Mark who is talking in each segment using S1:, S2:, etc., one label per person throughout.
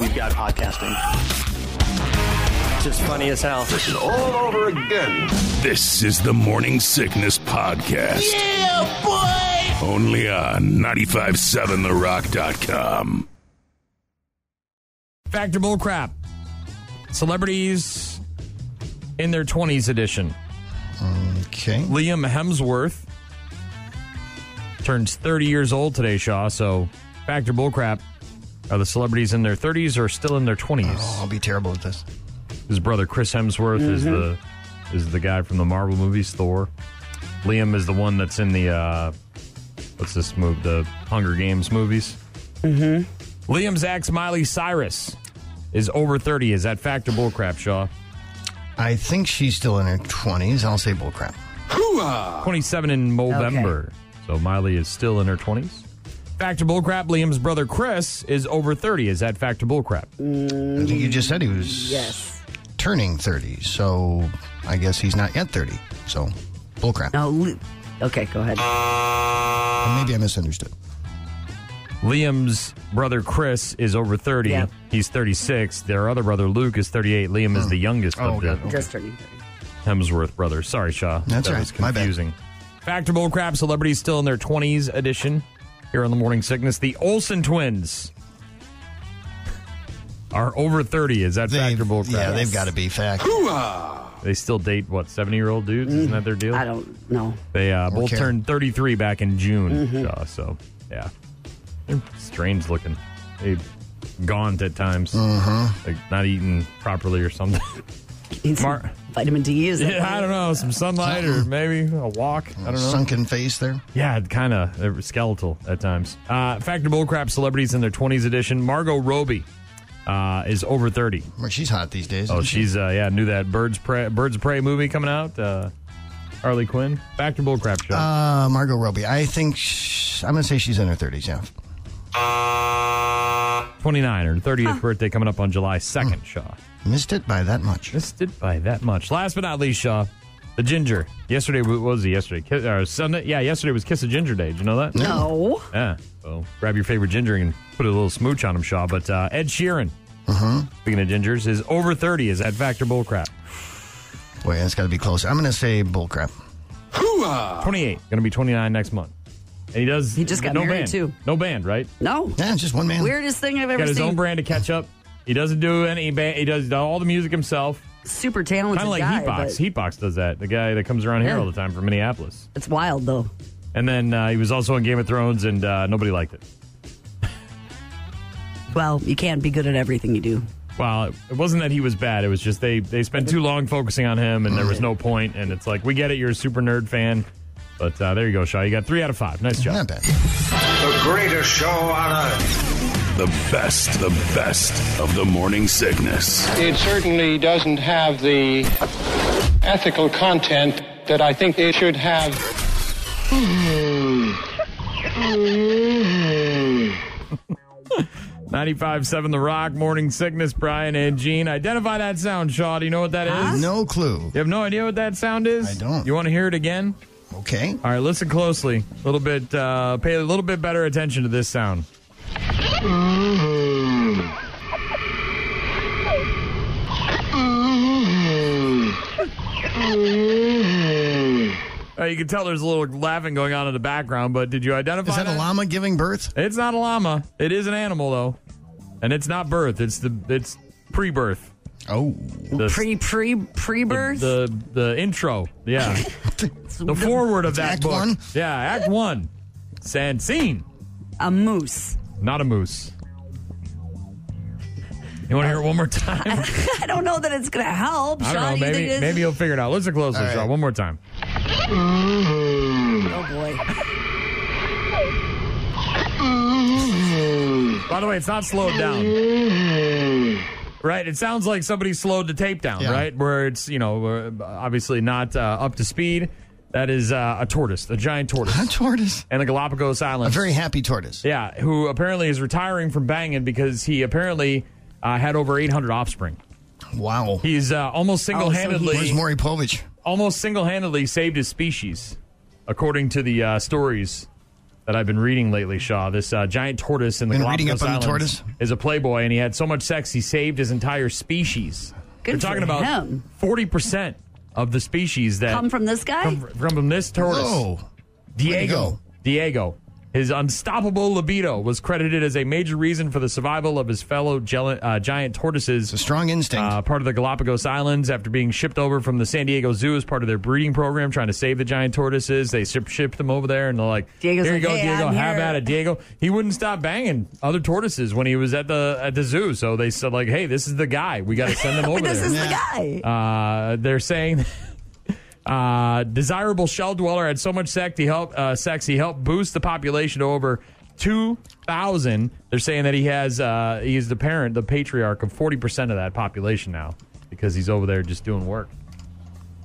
S1: we've got podcasting.
S2: Just funny as hell.
S3: all over again.
S4: This is the Morning Sickness Podcast.
S5: Yeah, boy!
S4: Only on 957therock.com.
S6: Factor bull crap. Celebrities in their 20s edition.
S7: Okay.
S6: Liam Hemsworth turns 30 years old today, Shaw. So, factor bull crap. Are the celebrities in their 30s or still in their 20s?
S7: I'll be terrible at this.
S6: His brother Chris Hemsworth is the is the guy from the Marvel movies Thor. Liam is the one that's in the uh, what's this movie? The Hunger Games movies. Mm-hmm. Liam's ex Miley Cyrus is over thirty. Is that fact or bullcrap, Shaw?
S7: I think she's still in her 20s. I'll say bullcrap.
S6: Twenty-seven in November. So Miley is still in her twenties. Fact or bullcrap? Liam's brother Chris is over thirty. Is that fact or bullcrap?
S7: I think you just said he was
S5: Yes.
S7: turning 30, so I guess he's not yet 30. So bullcrap.
S5: No. Lu- Okay, go ahead.
S7: Maybe I misunderstood.
S6: Liam's brother Chris is over 30.
S5: Yeah.
S6: He's 36. Their other brother Luke is 38. Liam is the youngest
S7: Oh,
S6: of the
S7: okay.
S5: Just turning thirty.
S6: Hemsworth brothers. Sorry, Shaw.
S7: That's
S6: that
S7: all
S6: was
S7: right. My bad.
S6: confusing. Factor bull crap celebrities still in their 20s edition here on the Morning Sickness. The Olsen twins are over 30. Is that factor bull crap?
S7: yeah, they've got to be fact.
S6: They still date, what, 70 year old dudes? Isn't that their deal?
S5: I don't know.
S6: They uh, both
S7: care.
S6: turned 33 back in June. Shaw, so, yeah. They're strange looking. They gaunt at times. Like not eating properly or something.
S5: Need some
S6: Mar-
S5: vitamin D is it?
S6: yeah, I don't know. Some sunlight or maybe a walk. I don't know.
S7: Sunken face there.
S6: Yeah, kind of skeletal at times. Uh, Factor bullcrap celebrities in their 20s edition. Margot Robbie uh, is over 30.
S7: Well, she's hot these days.
S6: Oh,
S7: isn't she?
S6: she's uh, yeah. Knew that Birds Prey, Birds of Prey movie coming out. Uh, Harley Quinn. Factor bullcrap show.
S7: Uh, Margot Robbie. I think sh I'm going to say she's in her 30s, yeah.
S6: 29 her 30th birthday coming up on July 2nd. Shaw
S7: Missed it by that much.
S6: missed it by that much. Last but not least, Shaw. The ginger. Yesterday what was it? Yesterday, Kiss, or Sunday. Yeah, yesterday was Kiss of Ginger Day. Did you know that?
S5: No.
S6: Yeah. So grab your favorite ginger and put a little smooch on him, Shaw. But uh, Ed Sheeran,
S5: Uh-huh.
S6: speaking of gingers, is over 30. Is that fact or bullcrap?
S7: Boy, that's got to be close. I'm going to say bullcrap.
S6: 28. Going to be 29 next month. And he does.
S5: Ah. He just got
S6: no
S5: married,
S6: band.
S5: too.
S6: No band, right?
S5: No.
S7: Yeah, just one man.
S5: Weirdest thing I've ever
S6: got his
S5: seen.
S6: own brand to catch up. He doesn't do any band. He does all the music himself.
S5: Super talented
S6: Kind of like
S5: guy.
S6: Heatbox.
S5: but
S6: Heatbox does that. The guy that comes around here
S5: Yeah.
S6: all the time from Minneapolis.
S5: it's wild though.
S6: And then uh, he was also in Game of Thrones, and uh, nobody liked it.
S5: Well, you can't be good at everything you do.
S6: Well, it wasn't that he was bad. It was just they they spent too long focusing on him, and there was no point. And it's like we get it, you're a super nerd fan, but uh, there you go, Shaw. You got three out of five. Nice job.
S7: Not bad.
S3: The greatest show on earth.
S4: The best, the best of the morning sickness.
S8: It certainly doesn't have the ethical content that I think it should have.
S6: Ninety-five seven, The Rock, Morning Sickness, Brian and Gene. Identify that sound, Shaw. Do you know what that is?
S7: No clue.
S6: You have no idea what that sound is.
S7: I don't.
S6: You want to hear it again?
S7: Okay.
S6: All right, listen closely. A little bit. Uh, pay a little bit better attention to this sound. Uh, you can tell there's a little laughing going on in the background, but did you identify
S7: Is that a llama giving birth?
S6: It's not a llama. It is an animal though, and it's not birth. It's the it's pre-birth.
S7: Oh.
S6: The,
S5: Pre pre pre birth.
S6: the the intro. Yeah, the forward of that
S7: Act
S6: book.
S7: one?
S6: Yeah, Act One. Sand scene,
S5: a moose.
S6: not a moose. You want to hear it one more time?
S5: I don't know that it's gonna help.
S6: I
S5: Sean,
S6: don't know.
S5: you think
S6: Maybe
S5: it-
S6: maybe you'll figure it out. Listen closely,
S7: All right.
S6: Sean. One more time.
S5: Oh boy.
S6: By the way, it's not slowed down. Right, it sounds like somebody slowed the tape down,
S7: Yeah.
S6: right? Where it's, you know, uh, obviously not uh, up to speed. That is uh, a tortoise, a giant
S7: A
S6: tortoise,
S7: tortoise.
S6: and the Galapagos
S7: A
S6: Islands.
S7: very happy tortoise.
S6: Yeah, who apparently is retiring from banging because he apparently uh, had over 800 offspring.
S7: Wow.
S6: He's uh, almost
S7: Oh,
S6: single-handedly,
S7: Where's Maury Povich?
S6: almost single-handedly saved his species, according to the uh, stories that I've been reading lately, Shaw. This uh, giant tortoise in the
S7: Been reading
S6: Galapagos
S7: up on the
S6: Islands
S7: tortoise?
S6: is a playboy, and he had so much sex he saved his entire species.
S5: Good
S6: They're talking
S5: for
S6: about
S5: him.
S6: forty percent of the species that
S5: Come from this guy?
S6: come from, from this tortoise.
S7: Whoa. Way to
S6: Diego.
S7: go.
S6: Diego. His unstoppable libido was credited as a major reason for the survival of his fellow gel- uh, giant tortoises.
S7: It's a strong instinct.
S6: Uh, part of the Galapagos Islands after being shipped over from the San Diego Zoo as part of their breeding program, trying to save the giant tortoises. They ship, shipped them over there, and they're like,
S5: Diego's
S6: "Here you
S5: like,
S6: go,
S5: "Hey,
S6: Diego.
S5: I'm
S6: Have
S5: here."
S6: at it, Diego." He wouldn't stop banging other tortoises when he was at the at the zoo. So they said, "Like, hey, this is the guy. We got to send him over
S5: this
S6: there."
S5: is the guy.
S6: Uh, they're saying uh, desirable shell dweller had so much sex he helped uh, sex he helped boost the population to over two thousand. They're saying that he has uh, he's the parent, the patriarch of forty percent of that population now because he's over there just doing work,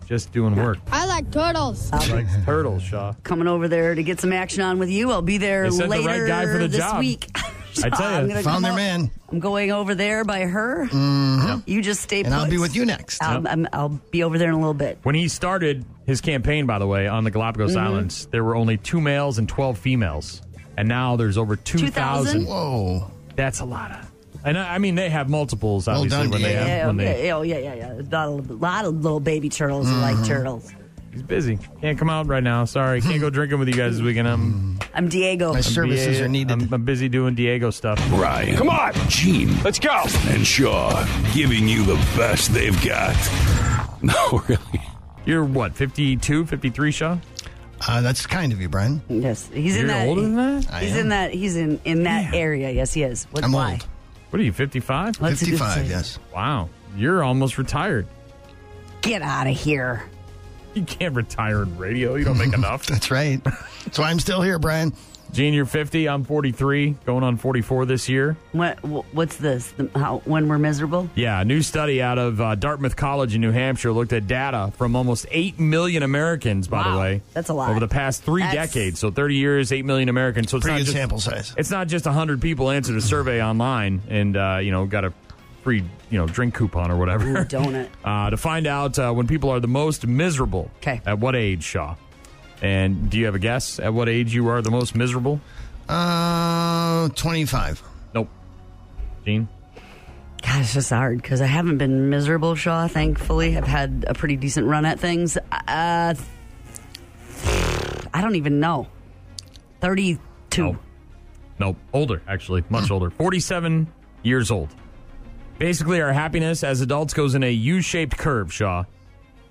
S6: just doing work.
S1: I like turtles.
S6: like turtles, Shaw.
S5: Coming over there to get some action on with you. I'll be there
S6: They sent the
S5: later
S6: right guy for the
S5: this
S6: job.
S5: week.
S6: I tell
S5: I'm
S6: ya.
S5: gonna
S7: Found
S5: come
S7: their
S5: up-
S7: man.
S5: I'm going over there by her. You just stay
S7: and I'll
S5: put.
S7: be with you next.
S5: I'll, I'm, I'll be over there in a little bit.
S6: When he started his campaign, by the way, on the Galapagos Islands, there were only two males and twelve females, and now there's over two
S5: 2,000?
S6: thousand.
S7: Whoa.
S6: That's a lot of. And I, I mean, they have multiples, obviously,
S7: done,
S6: when they
S7: Diego.
S6: have.
S5: Yeah,
S6: when
S5: yeah,
S6: they,
S5: yeah, oh, yeah, yeah, yeah. A lot of, lot of little baby turtles who like turtles.
S6: He's busy. Can't come out right now. Sorry. Can't go drinking with you guys this weekend. I'm,
S5: I'm Diego.
S7: My services
S6: Yeah,
S7: are needed.
S6: I'm, I'm busy doing Diego stuff.
S4: Ryan. Come on. Gene. Let's go. And Shaw giving you the best they've got. No, really.
S6: You're what, 52, 53, Shaw?
S7: Uh, that's kind of you, Brian.
S5: Yes, he's in
S6: You're
S5: that.
S6: older than that?
S7: I
S5: He's
S7: am.
S5: in that. He's in in that area. Yes, he is. What,
S7: I'm
S5: why?
S7: old.
S6: What are you, 55?
S5: What's he gonna
S7: 55,
S5: say?
S7: yes.
S6: Wow. You're almost retired.
S5: Get out of here.
S6: You can't retire in radio. You don't make enough.
S7: That's right. That's why I'm still here, Brian.
S6: Gene, you're 50. I'm 43, going on 44 this year.
S5: What? wh- What's this? The, how? When we're miserable?
S6: Yeah, a new study out of uh, Dartmouth College in New Hampshire looked at data from almost 8 million Americans, by the
S5: Wow,
S6: way.
S5: that's a lot.
S6: Over the past three
S5: That's-
S6: decades. So 30 years, 8 million Americans. So it's
S7: Pretty
S6: not
S7: good
S6: just,
S7: sample size.
S6: It's not just 100 people answered a survey online and, uh, you know, got a free, you know, drink coupon or whatever.
S5: Ooh, donut.
S6: Uh, to find out uh, when people are the most miserable.
S5: 'Kay.
S6: At what age, Shaw? And do you have a guess at what age you are the most miserable?
S7: Uh, 25.
S6: Nope. Gene?
S5: Gosh, it's just hard because I haven't been miserable, Shaw. Thankfully, I've had a pretty decent run at things. Uh, I don't even know. Thirty-two.
S6: Nope. Nope. Older, actually. Much older. 47 years old. Basically, our happiness as adults goes in a U shaped curve, Shaw.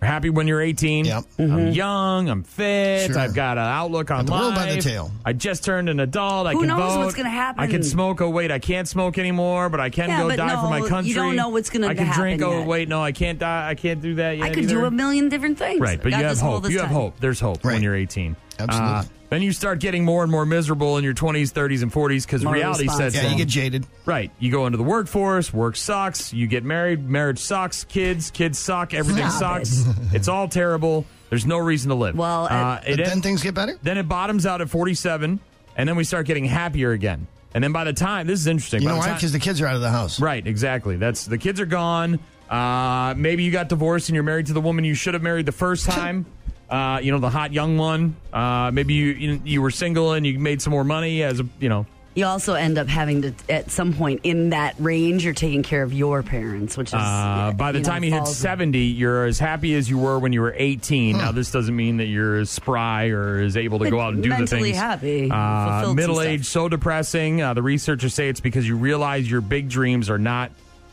S6: We're happy when you're 18.
S7: Yep. Mm-hmm.
S6: I'm young. I'm fit.
S7: Sure.
S6: I've got an outlook on
S7: the
S6: life.
S7: will by the tail.
S6: I just turned an adult. I
S5: Who
S6: can
S5: knows
S6: vote.
S5: what's gonna happen?
S6: I can smoke. Oh, wait, I can't smoke anymore, but I can
S5: Yeah,
S6: go
S5: but
S6: die for my
S5: no, you
S6: country.
S5: don't know what's gonna
S6: I can
S5: happen
S6: drink. Oh,
S5: yet.
S6: wait, no, I can't die. I can't do that yet.
S5: I could do
S6: either.
S5: a million different things.
S6: Right, but
S5: Got
S6: you have
S5: this whole
S6: hope.
S5: this
S6: You have
S5: time.
S6: hope. There's hope when
S7: Right.
S6: you're 18.
S7: Absolutely.
S6: then you start getting more and more miserable in your 20s, 30s, and 40s because
S5: More
S6: reality
S5: responsible.
S6: sets
S7: Yeah,
S6: in.
S7: you get jaded.
S6: right. You go into the workforce. Work sucks. You get married. Marriage sucks. Kids. Kids suck. Everything
S5: Stop it.
S6: sucks. it's all terrible. There's no reason to live.
S5: Well,
S6: uh,
S5: and-
S6: it
S7: But
S6: en-
S7: then things get better.
S6: then it bottoms out at 47, and then we start getting happier again. And then by the time this is interesting,
S7: You
S6: by
S7: know
S6: the
S7: why?
S6: time-
S7: Because the kids are out of the house.
S6: Right, exactly. That's the kids are gone. Uh, maybe you got divorced and you're married to the woman you should have married the first time. uh, you know, the hot young one. Uh, maybe you, you you were single and you made some more money as a you know.
S5: You also end up having to, at some point in that range, you're taking care of your parents, which is
S6: Uh, by the
S5: you know,
S6: time you hit
S5: falls-
S6: 70, you're as happy as you were when you were 18. Now,
S5: Hmm.
S6: this doesn't mean that you're as spry or as able to
S5: But
S6: go out and do the
S5: mentally
S6: things.
S5: happy, fulfilled
S6: Uh,
S5: some
S6: middle
S5: stuff.
S6: age, so depressing. Uh, the researchers say it's because you realize your big dreams are not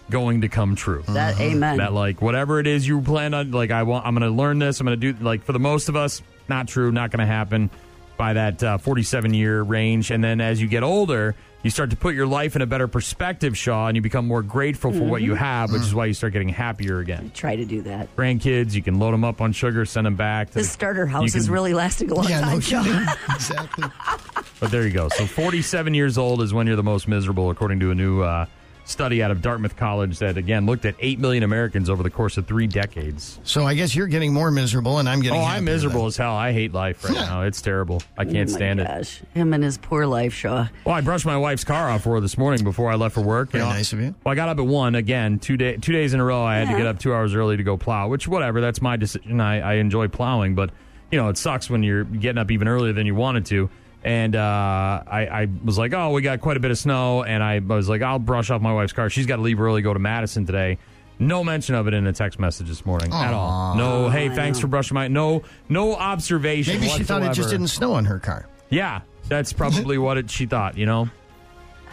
S6: going to come true.
S5: That amen.
S6: uh-huh, that like whatever it is you plan on like i want i'm gonna learn this i'm gonna do like for the most of us not true not gonna happen by that uh, 47 year range and then as you get older you start to put your life in a better perspective shaw and you become more grateful for what
S5: Mm-hmm.
S6: you have which is why you start getting happier again
S5: Try to do that.
S6: grandkids you can load them up on sugar send them back to
S5: This
S6: the-
S5: starter
S6: you
S5: house
S6: can-
S5: is really lasting a long
S7: Yeah,
S5: time.
S7: no kidding. exactly.
S6: but there you go so 47 years old is when you're the most miserable according to a new uh, study out of dartmouth college that again looked at 8 million americans over the course of three decades
S7: So I guess you're getting more miserable, and I'm getting.
S6: Oh,
S7: happier
S6: I'm miserable
S7: then.
S6: as hell. I hate life right now. It's terrible. I can't
S5: oh my
S6: stand it.
S5: gosh. Him and his poor life, Shaw.
S6: Well, I brushed my wife's car off for her this morning before I left for work.
S7: Very nice of you.
S6: Well, I got up at one again. Two day, two days in a row, I had to
S5: Yeah.
S6: get up two hours early to go plow. Which, whatever, that's my decision. I, I enjoy plowing, but you know, it sucks when you're getting up even earlier than you wanted to. And uh, I, I was like, oh, we got quite a bit of snow. And I was like, I'll brush off my wife's car. She's got to leave early, go to Madison today. No mention of it in a text message this morning at all. No, hey, thanks for brushing my no, no observation.
S7: Maybe she thought it just
S6: whatsoever.
S7: didn't snow on her car.
S6: Yeah, that's probably what it, she thought, you know?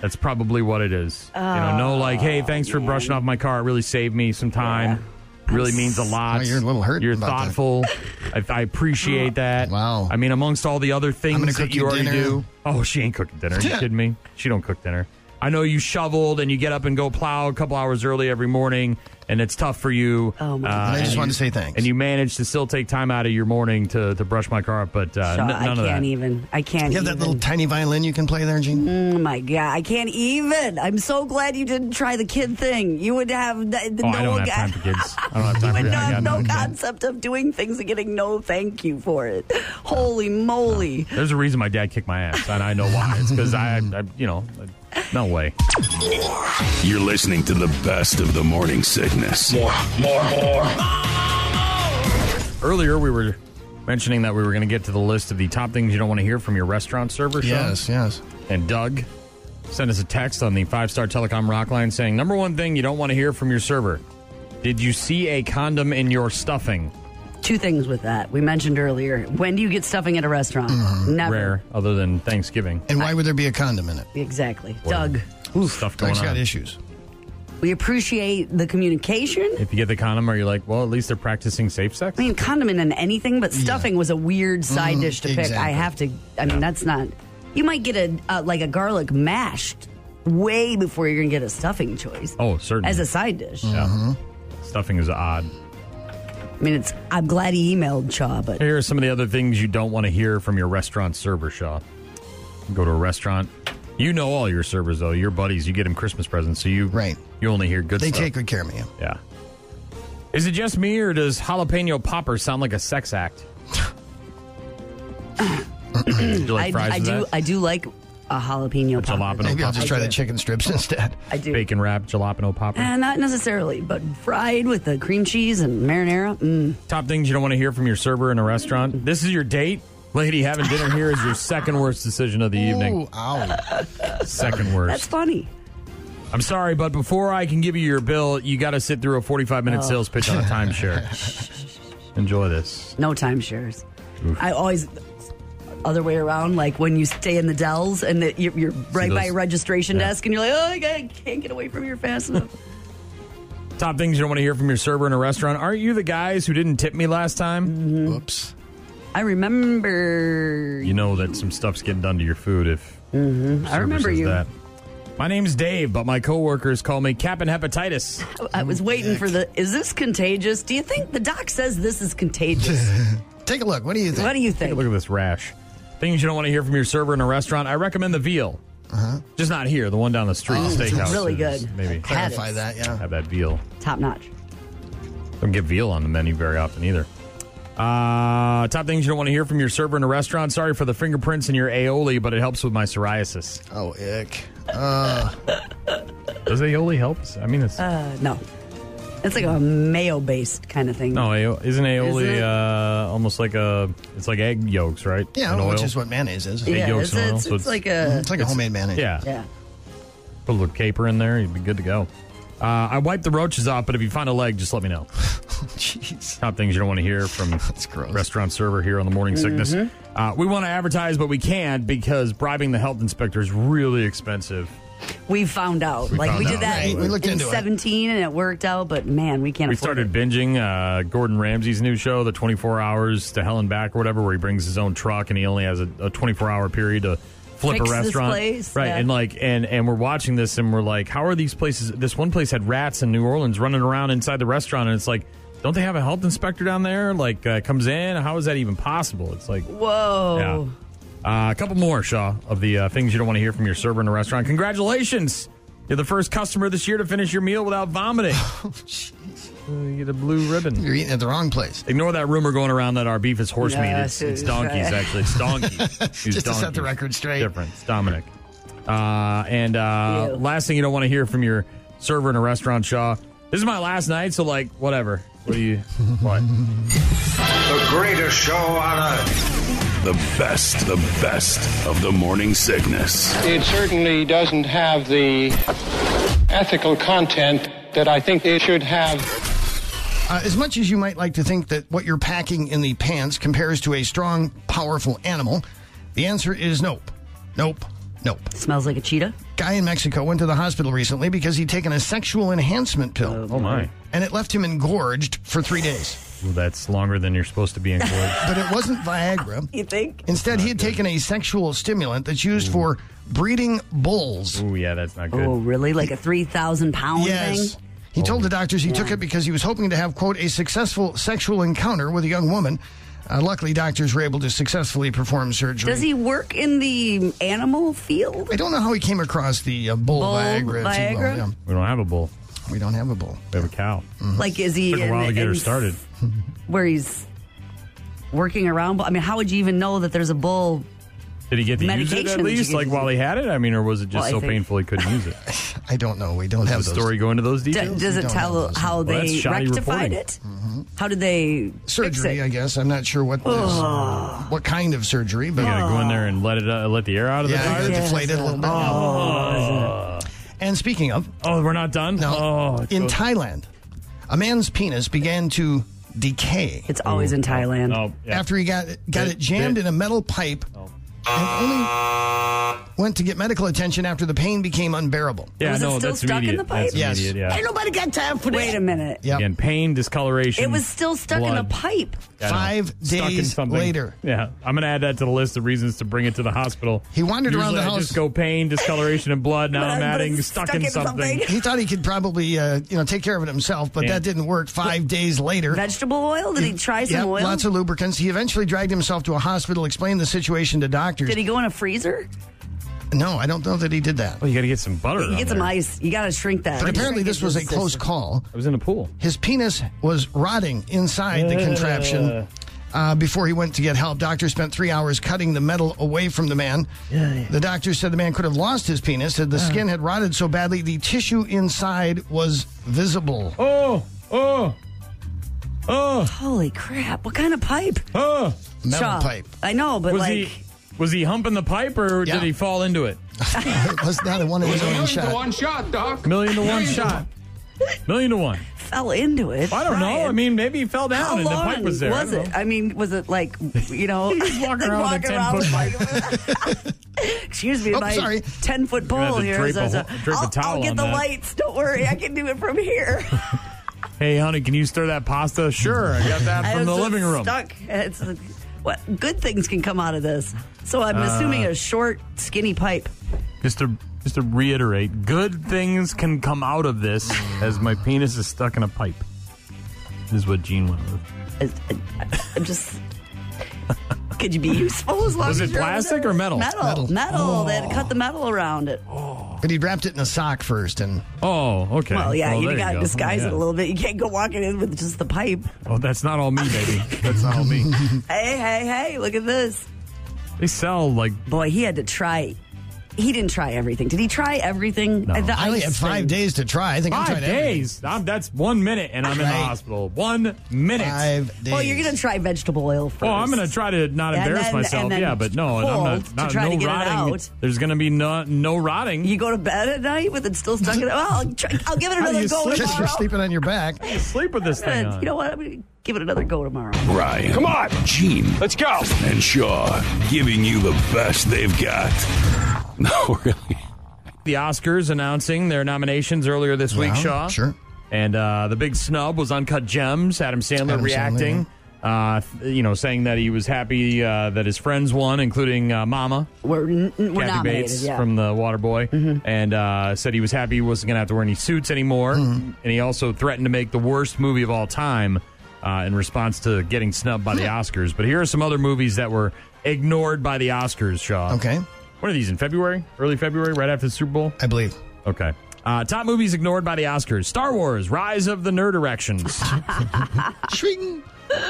S6: That's probably what it is. you know, no, like,
S7: Oh,
S6: hey, thanks for brushing off my car. It really saved me some time. Really means a lot.
S7: Oh, you're a little hurt
S6: You're
S7: about that.
S6: thoughtful. I, I appreciate that.
S7: Wow.
S6: I mean, amongst all the other things
S7: gonna
S6: that
S7: cook
S6: you
S7: you
S6: already
S7: dinner.
S6: do. Oh, she ain't cooking dinner. Are you kidding me? She don't cook dinner. I know you shoveled and you get up and go plow a couple hours early every morning, and it's tough for you.
S5: Oh, my
S6: Uh,
S5: God.
S7: And I
S6: and
S7: just
S6: you-
S7: wanted to say thanks.
S6: And you managed to still take time out of your morning to, to brush my car up, but uh,
S5: Shaw,
S6: n-
S5: I
S6: none of that.
S5: can't even. I can't
S7: You have
S5: even.
S7: that little tiny violin you can play there, Gene?
S5: Oh my god, I can't even. I'm so glad you didn't try the kid thing. You would have n-
S6: Oh,
S5: no
S6: I don't have
S5: guy-
S6: time for kids. I don't have time
S5: you
S6: for
S5: would
S6: that. I
S5: have
S6: got
S5: no
S6: nothing.
S5: concept of doing things and getting no thank you for it. Holy moly.
S6: There's a reason my dad kicked my ass, and I know why. It's because I, I, you know, no way.
S4: You're listening to the best of the morning sickness.
S6: Earlier, we were mentioning that we were going to get to the list of the top things you don't want to hear from your restaurant server. Sean.
S7: Yes, yes.
S6: And Doug sent us a text on the five star telecom rock line saying, Number one thing you don't want to hear from your server. Did you see a condom in your stuffing?
S5: Two things with that. We mentioned earlier. When do you get stuffing at a restaurant? Never.
S6: Uh-huh. Rare, other than Thanksgiving.
S7: And why would there be a condom in it?
S5: Exactly. Doug,
S6: Stuff going
S7: Doug's
S6: on.
S7: got issues.
S5: we appreciate the communication.
S6: If you get the condom, are you like, well, at least they're practicing safe sex?
S5: I mean, condiment and anything, but stuffing was a weird
S6: Mm-hmm.
S5: side
S7: Mhm,
S5: dish to pick. I
S7: exactly.
S5: have to. I mean, that's not. You might get a uh, like a garlic mashed way before you're gonna get a stuffing choice
S6: oh, certainly.
S5: as a side dish.
S6: yeah. Stuffing is odd.
S5: I mean, it's. I'm glad he emailed Chaw, but
S6: Here are some of the other things you don't want to hear from your restaurant server, Shaw. Go to a restaurant. You know all your servers, though. Your buddies, you get them Christmas presents, so you
S7: Right.
S6: you only hear good
S7: They
S6: stuff.
S7: take good care of me.
S6: yeah. Is it just me, or does jalapeno popper sound like a sex act? do you like
S5: I,
S6: fries
S5: I
S6: with
S5: do.
S6: that?
S5: I do like a jalapeno popper.
S6: jalapeno.
S7: Maybe I'll
S6: popper.
S7: just try the chicken strips instead.
S5: I do.
S6: Bacon wrap, jalapeno popper.
S5: Eh, not necessarily, but fried with the cream cheese and marinara. Mm.
S6: Top things you don't want to hear from your server in a restaurant. This is your date? Lady, having dinner here is your second worst decision of the evening.
S7: Ooh, ow.
S6: Second worst.
S5: That's funny.
S6: I'm sorry, but before I can give you your bill, you got to sit through a 45
S5: Oh.
S6: minute sales pitch on a timeshare. Enjoy this.
S5: No timeshares. I always other way around. Like when you stay in the Dells and that you're, you're right by
S6: those-
S5: a registration
S6: yeah.
S5: desk, and you're like, oh, I gotta- can't get away from here fast enough.
S6: Top things you don't want to hear from your server in a restaurant. Aren't you the guys who didn't tip me last time?
S7: Mm. Whoops.
S5: I remember.
S6: You know that some stuff's getting done to your food if
S5: I remember you.
S6: My name's Dave, but my coworkers call me Captain Hepatitis.
S5: I was waiting for the. Is this contagious? Do you think the doc says this is contagious?
S7: Take a look. What do you think?
S5: what do you
S6: Look
S5: think?
S6: at this rash. Things you don't want to hear from your server in a restaurant. I recommend the veal. Just not here, the one down the street,
S7: Oh,
S6: the
S7: it's
S6: steakhouse.
S5: Uh-huh. really
S6: is-
S5: good.
S6: Maybe
S5: Had
S7: Clarify
S5: it.
S7: that, yeah.
S6: have that veal.
S5: Top notch.
S6: Don't get veal on the menu very often either. Uh, top things you don't want to hear from your server in a restaurant. Sorry for the fingerprints in your aioli, but it helps with my psoriasis.
S7: Oh, ick.
S6: Does aioli help? I mean, it's
S5: Uh, no, it's like a mayo-based kind of thing.
S6: no. Aioli, isn't aioli
S5: Is it?
S6: Uh, almost like a? It's like egg yolks, right?
S7: Yeah,
S6: And
S7: which
S6: oil.
S7: is what mayonnaise is.
S5: yeah,
S6: yolks
S5: it's,
S6: and oil,
S5: it's,
S6: so
S5: it's
S6: it's- Mm.
S5: like a.
S7: It's like a homemade mayonnaise.
S6: yeah.
S5: Yeah.
S6: Put a little caper in there, you'd be good to go. Uh, I wiped the roaches off, but if you find a leg, just let me know.
S7: Jeez.
S6: Top things you don't want to hear from
S7: That's gross.
S6: restaurant server here on the morning
S5: Mm-hmm.
S6: sickness. Uh, we want to advertise, but we can't because bribing the health inspector is really expensive.
S5: We found out. like
S6: found
S5: we did
S6: out,
S5: that.
S7: right? We looked
S5: in
S7: into it.
S5: 17 and it worked out, but man, we can't.
S6: We
S5: afford
S6: started
S5: it.
S6: binging uh, Gordon Ramsay's new show, The 24 Hours to Hell and Back or whatever, where he brings his own truck and he only has a, a 24 hour period to flip
S5: Fix
S6: a
S5: this
S6: restaurant.
S5: place,
S6: right.
S5: yeah.
S6: And like and and we're watching this and we're like, how are these places this one place had rats in New Orleans running around inside the restaurant and it's like don't they have a health inspector down there? Like uh, comes in? How is that even possible? It's like
S5: Whoa.
S6: yeah. Uh, a couple more, Shaw, of the uh, things you don't want to hear from your server in a restaurant. Congratulations! You're the first customer this year to finish your meal without vomiting. Uh, you get a blue ribbon.
S7: You're eating at the wrong place.
S6: Ignore that rumor going around that our beef is horse meat.
S5: Yes,
S6: It's, it's
S5: it is,
S6: donkeys,
S5: right.
S6: actually. It's donkeys. It's
S7: Just to set
S6: donkeys.
S7: the record straight.
S6: Different. It's Dominic. Uh, and uh,
S5: Ew.
S6: last thing you don't want to hear from your server in a restaurant, Shaw. This is my last night, so like, whatever. What do you? What?
S3: The greatest show on earth.
S4: The best, the best of the morning sickness.
S8: It certainly doesn't have the ethical content that I think it should have.
S7: Uh, as much as you might like to think that what you're packing in the pants compares to a strong, powerful animal, the answer is nope. Nope. Nope.
S5: Smells like a cheetah.
S7: Guy in Mexico went to the hospital recently because he'd taken a sexual enhancement pill,
S6: Oh my.
S7: and it left him engorged for three days.
S6: Well, that's longer than you're supposed to be in college.
S7: But it wasn't Viagra.
S5: You think?
S7: Instead, he had taken a sexual stimulant that's used for breeding bulls.
S6: Ooh, yeah, that's not good.
S5: Oh, really? Like a 3,000 pound
S7: Yes.
S5: thing?
S7: He told the doctors he took it because he was hoping to have, quote, a successful sexual encounter with a young woman. Uh, luckily, doctors were able to successfully perform surgery.
S5: Does he work in the animal field?
S7: I don't know how he came across the uh, bull,
S5: Bull
S7: Viagra. if you will.
S5: Viagra?
S7: Yeah.
S6: We don't have a bull.
S7: we don't have a bull.
S6: We have a cow.
S7: Mm-hmm.
S5: Like, is he.
S6: Took a
S5: in-
S6: while to get her
S5: in-
S6: started.
S5: Where he's working around. but- I mean, how would you even know that there's a bull?
S6: Did he get to use it
S5: Medication
S6: at
S5: that you
S6: least,
S5: can
S6: like
S5: use.
S6: while he had it? I mean, or was it just
S5: Well, I
S6: so
S5: think-
S6: painful he couldn't use it? Does
S7: I don't know. We don't have
S6: the
S7: those.
S6: story go into those
S5: d-
S6: details?
S5: does it
S7: don't know
S5: tell
S7: those.
S5: how
S6: Well, that's
S5: they
S6: shoddy
S5: rectified
S6: reporting. Mm-hmm.
S5: it? How did they
S7: surgery, I
S5: Fix it?
S7: guess. I'm not sure what this, what kind of surgery, but
S6: You gotta go in there and let it uh, let the air out of
S7: yeah,
S6: the
S7: it
S6: tire.
S5: guess.
S7: deflated a little bit. And speaking of,
S6: Oh, we're not done.
S7: no,
S6: Oh,
S7: in
S6: it's-
S7: Thailand, a man's penis began to decay
S5: It's always in Thailand.
S6: Oh, yeah.
S7: after he got got
S6: Bit-
S7: it jammed
S6: bit. Oh.
S7: in a metal pipe, and only went to get medical attention after the pain became unbearable.
S6: yeah,
S5: Was it
S6: no,
S5: still
S6: that's
S5: stuck in
S6: immediate.
S5: the pipe?
S6: That's
S7: Yes.
S6: immediate, yeah.
S5: Ain't nobody got time for Wait a minute.
S7: Yep.
S6: Again, pain, discoloration.
S5: It was still stuck in a
S6: blood.
S5: pipe.
S6: I know.
S7: Five
S6: Stuck in
S7: days
S6: something.
S7: later.
S6: Yeah, I'm gonna add that to the list of reasons to bring it to the hospital.
S7: He wandered
S6: Usually
S7: around the
S6: I
S7: house-
S6: Just go pain, discoloration, and blood. Now
S5: But-
S6: I'm
S5: but
S6: adding
S5: it's
S6: stuck, in, something.
S7: He thought he could probably uh, you know take care of it himself, but
S6: Yeah.
S7: that didn't work. Five days later.
S5: Vegetable oil? Did he try some
S7: Yep,
S5: oil?
S7: lots of lubricants. He eventually dragged himself to a hospital, explained the situation to doctors.
S5: Did he go in a freezer?
S7: No, I don't know that he did that.
S6: Oh, you gotta get some butter.
S5: You
S6: on
S5: get some
S6: there.
S5: ice. You got to shrink that.
S7: But apparently,
S5: Shrink
S7: this
S5: it
S7: was a
S5: to the
S7: close
S5: system.
S7: call.
S6: I was in a pool.
S7: His penis was rotting inside the contraption. Uh, before he went to get help, doctors spent three hours cutting the metal away from the man. The doctors said the man could have lost his penis, said the skin had rotted so badly the tissue inside was visible.
S6: Oh, oh, oh,
S5: Holy crap. What kind of pipe?
S6: oh.
S7: Metal
S5: Shaw.
S7: pipe.
S5: I know, but
S6: Was
S5: like.
S6: he was he humping the pipe or
S7: Yeah.
S6: did he fall into it?
S7: it was not a one in his own shot.
S3: shot, Doc.
S6: Million to one shot. Million to one.
S5: fell into it.
S6: I don't know.
S5: Ryan,
S6: I mean, maybe he fell down
S5: how
S6: and
S5: long
S6: the pipe was there. I don't
S5: it?
S6: know.
S5: I mean, was it like, you know,
S6: He's walking around with a 10
S5: pipe? Excuse me,
S7: Oh,
S5: my
S7: sorry.
S5: ten foot
S6: gonna have
S5: pole
S6: to
S5: here.
S6: drape
S5: is
S6: a
S5: is
S6: whole- drape a
S5: I'll,
S6: towel
S5: I'll get
S6: on
S5: the
S6: that.
S5: lights. Don't worry, I can do it from here.
S6: Hey, honey, can you stir that pasta? Sure, I got that
S5: I
S6: from the
S5: was
S6: living room.
S5: Stuck. It's what good things can come out of this. So
S6: Uh,
S5: I'm assuming a short, skinny pipe.
S6: Just to just to reiterate, good things can come out of this as my penis is stuck in a pipe. Is what Gene went with.
S5: I, I, I'm just. Could you be useful as long
S6: Was
S5: as
S6: it
S5: you're over
S6: plastic
S5: there?
S6: or metal? Oh.
S5: Metal, metal. They had to cut the metal around it.
S7: But he wrapped it in a sock first, and
S6: Oh, okay.
S5: Well, yeah,
S6: there
S5: you got to
S6: go.
S5: disguise
S6: Oh,
S5: it
S6: yeah.
S5: a little bit. You can't go walking in with just the pipe.
S6: Oh, that's not all me, baby. That's not all me.
S5: Hey, hey, hey! Look at this,
S6: They sell like
S5: boy. He had to try. He didn't try everything. Did he try everything?
S6: No.
S5: The
S7: I only
S5: ice
S7: had five
S5: thing.
S7: days to try. I think I
S6: five
S7: tried everything.
S6: days. I'm, that's one minute, and I'm in the
S7: Right.
S6: hospital. One minute.
S7: Five days.
S5: Well, you're gonna try vegetable oil first.
S6: Oh, I'm going to try to not
S5: And
S6: embarrass
S5: then-
S6: myself.
S5: and then
S6: yeah, but no, and I'm
S5: hold
S6: not,
S5: to
S6: not
S5: try to
S6: no
S5: get it
S6: rotting.
S5: out.
S6: There's going to be no, no rotting.
S5: You go to bed at night with it still stuck in. Well, I'll, try, I'll give it
S6: do
S5: another
S6: you
S5: go
S6: sleep?
S7: Because
S5: tomorrow.
S7: you're sleeping on your back.
S6: sleep with this thing.
S5: Uh,
S6: on.
S5: You know what? I'm gonna give it another go tomorrow.
S4: Ryan. Come on. Gene. Let's go. And Shaw giving you the best they've got. No, really.
S6: the Oscars announcing their nominations earlier this week,
S7: Yeah,
S6: Shaw.
S7: sure.
S6: And uh, the big snub was Uncut Gems. Adam Sandler
S7: Adam Sandler,
S6: reacting, uh, th- you know, saying that he was happy uh, that his friends won, including uh, Mama,
S5: We're, n- n- we're
S6: Kathy
S5: nominated.
S6: Bates
S5: yeah. Mm-hmm.
S6: from The Waterboy, and uh, said he was happy he wasn't going to have to wear any suits anymore.
S5: Mm-hmm.
S6: And he also threatened to make the worst movie of all time uh, in response to getting snubbed by the Oscars. But here are some other movies that were ignored by the Oscars, Shaw.
S7: Okay,
S6: What are these in February? Early February, right after the Super Bowl?
S7: I believe.
S6: Okay. Uh, top movies ignored by the Oscars: Star Wars, Rise of the Nerd
S5: Ah.
S6: Erections,
S7: Oh, Shwing.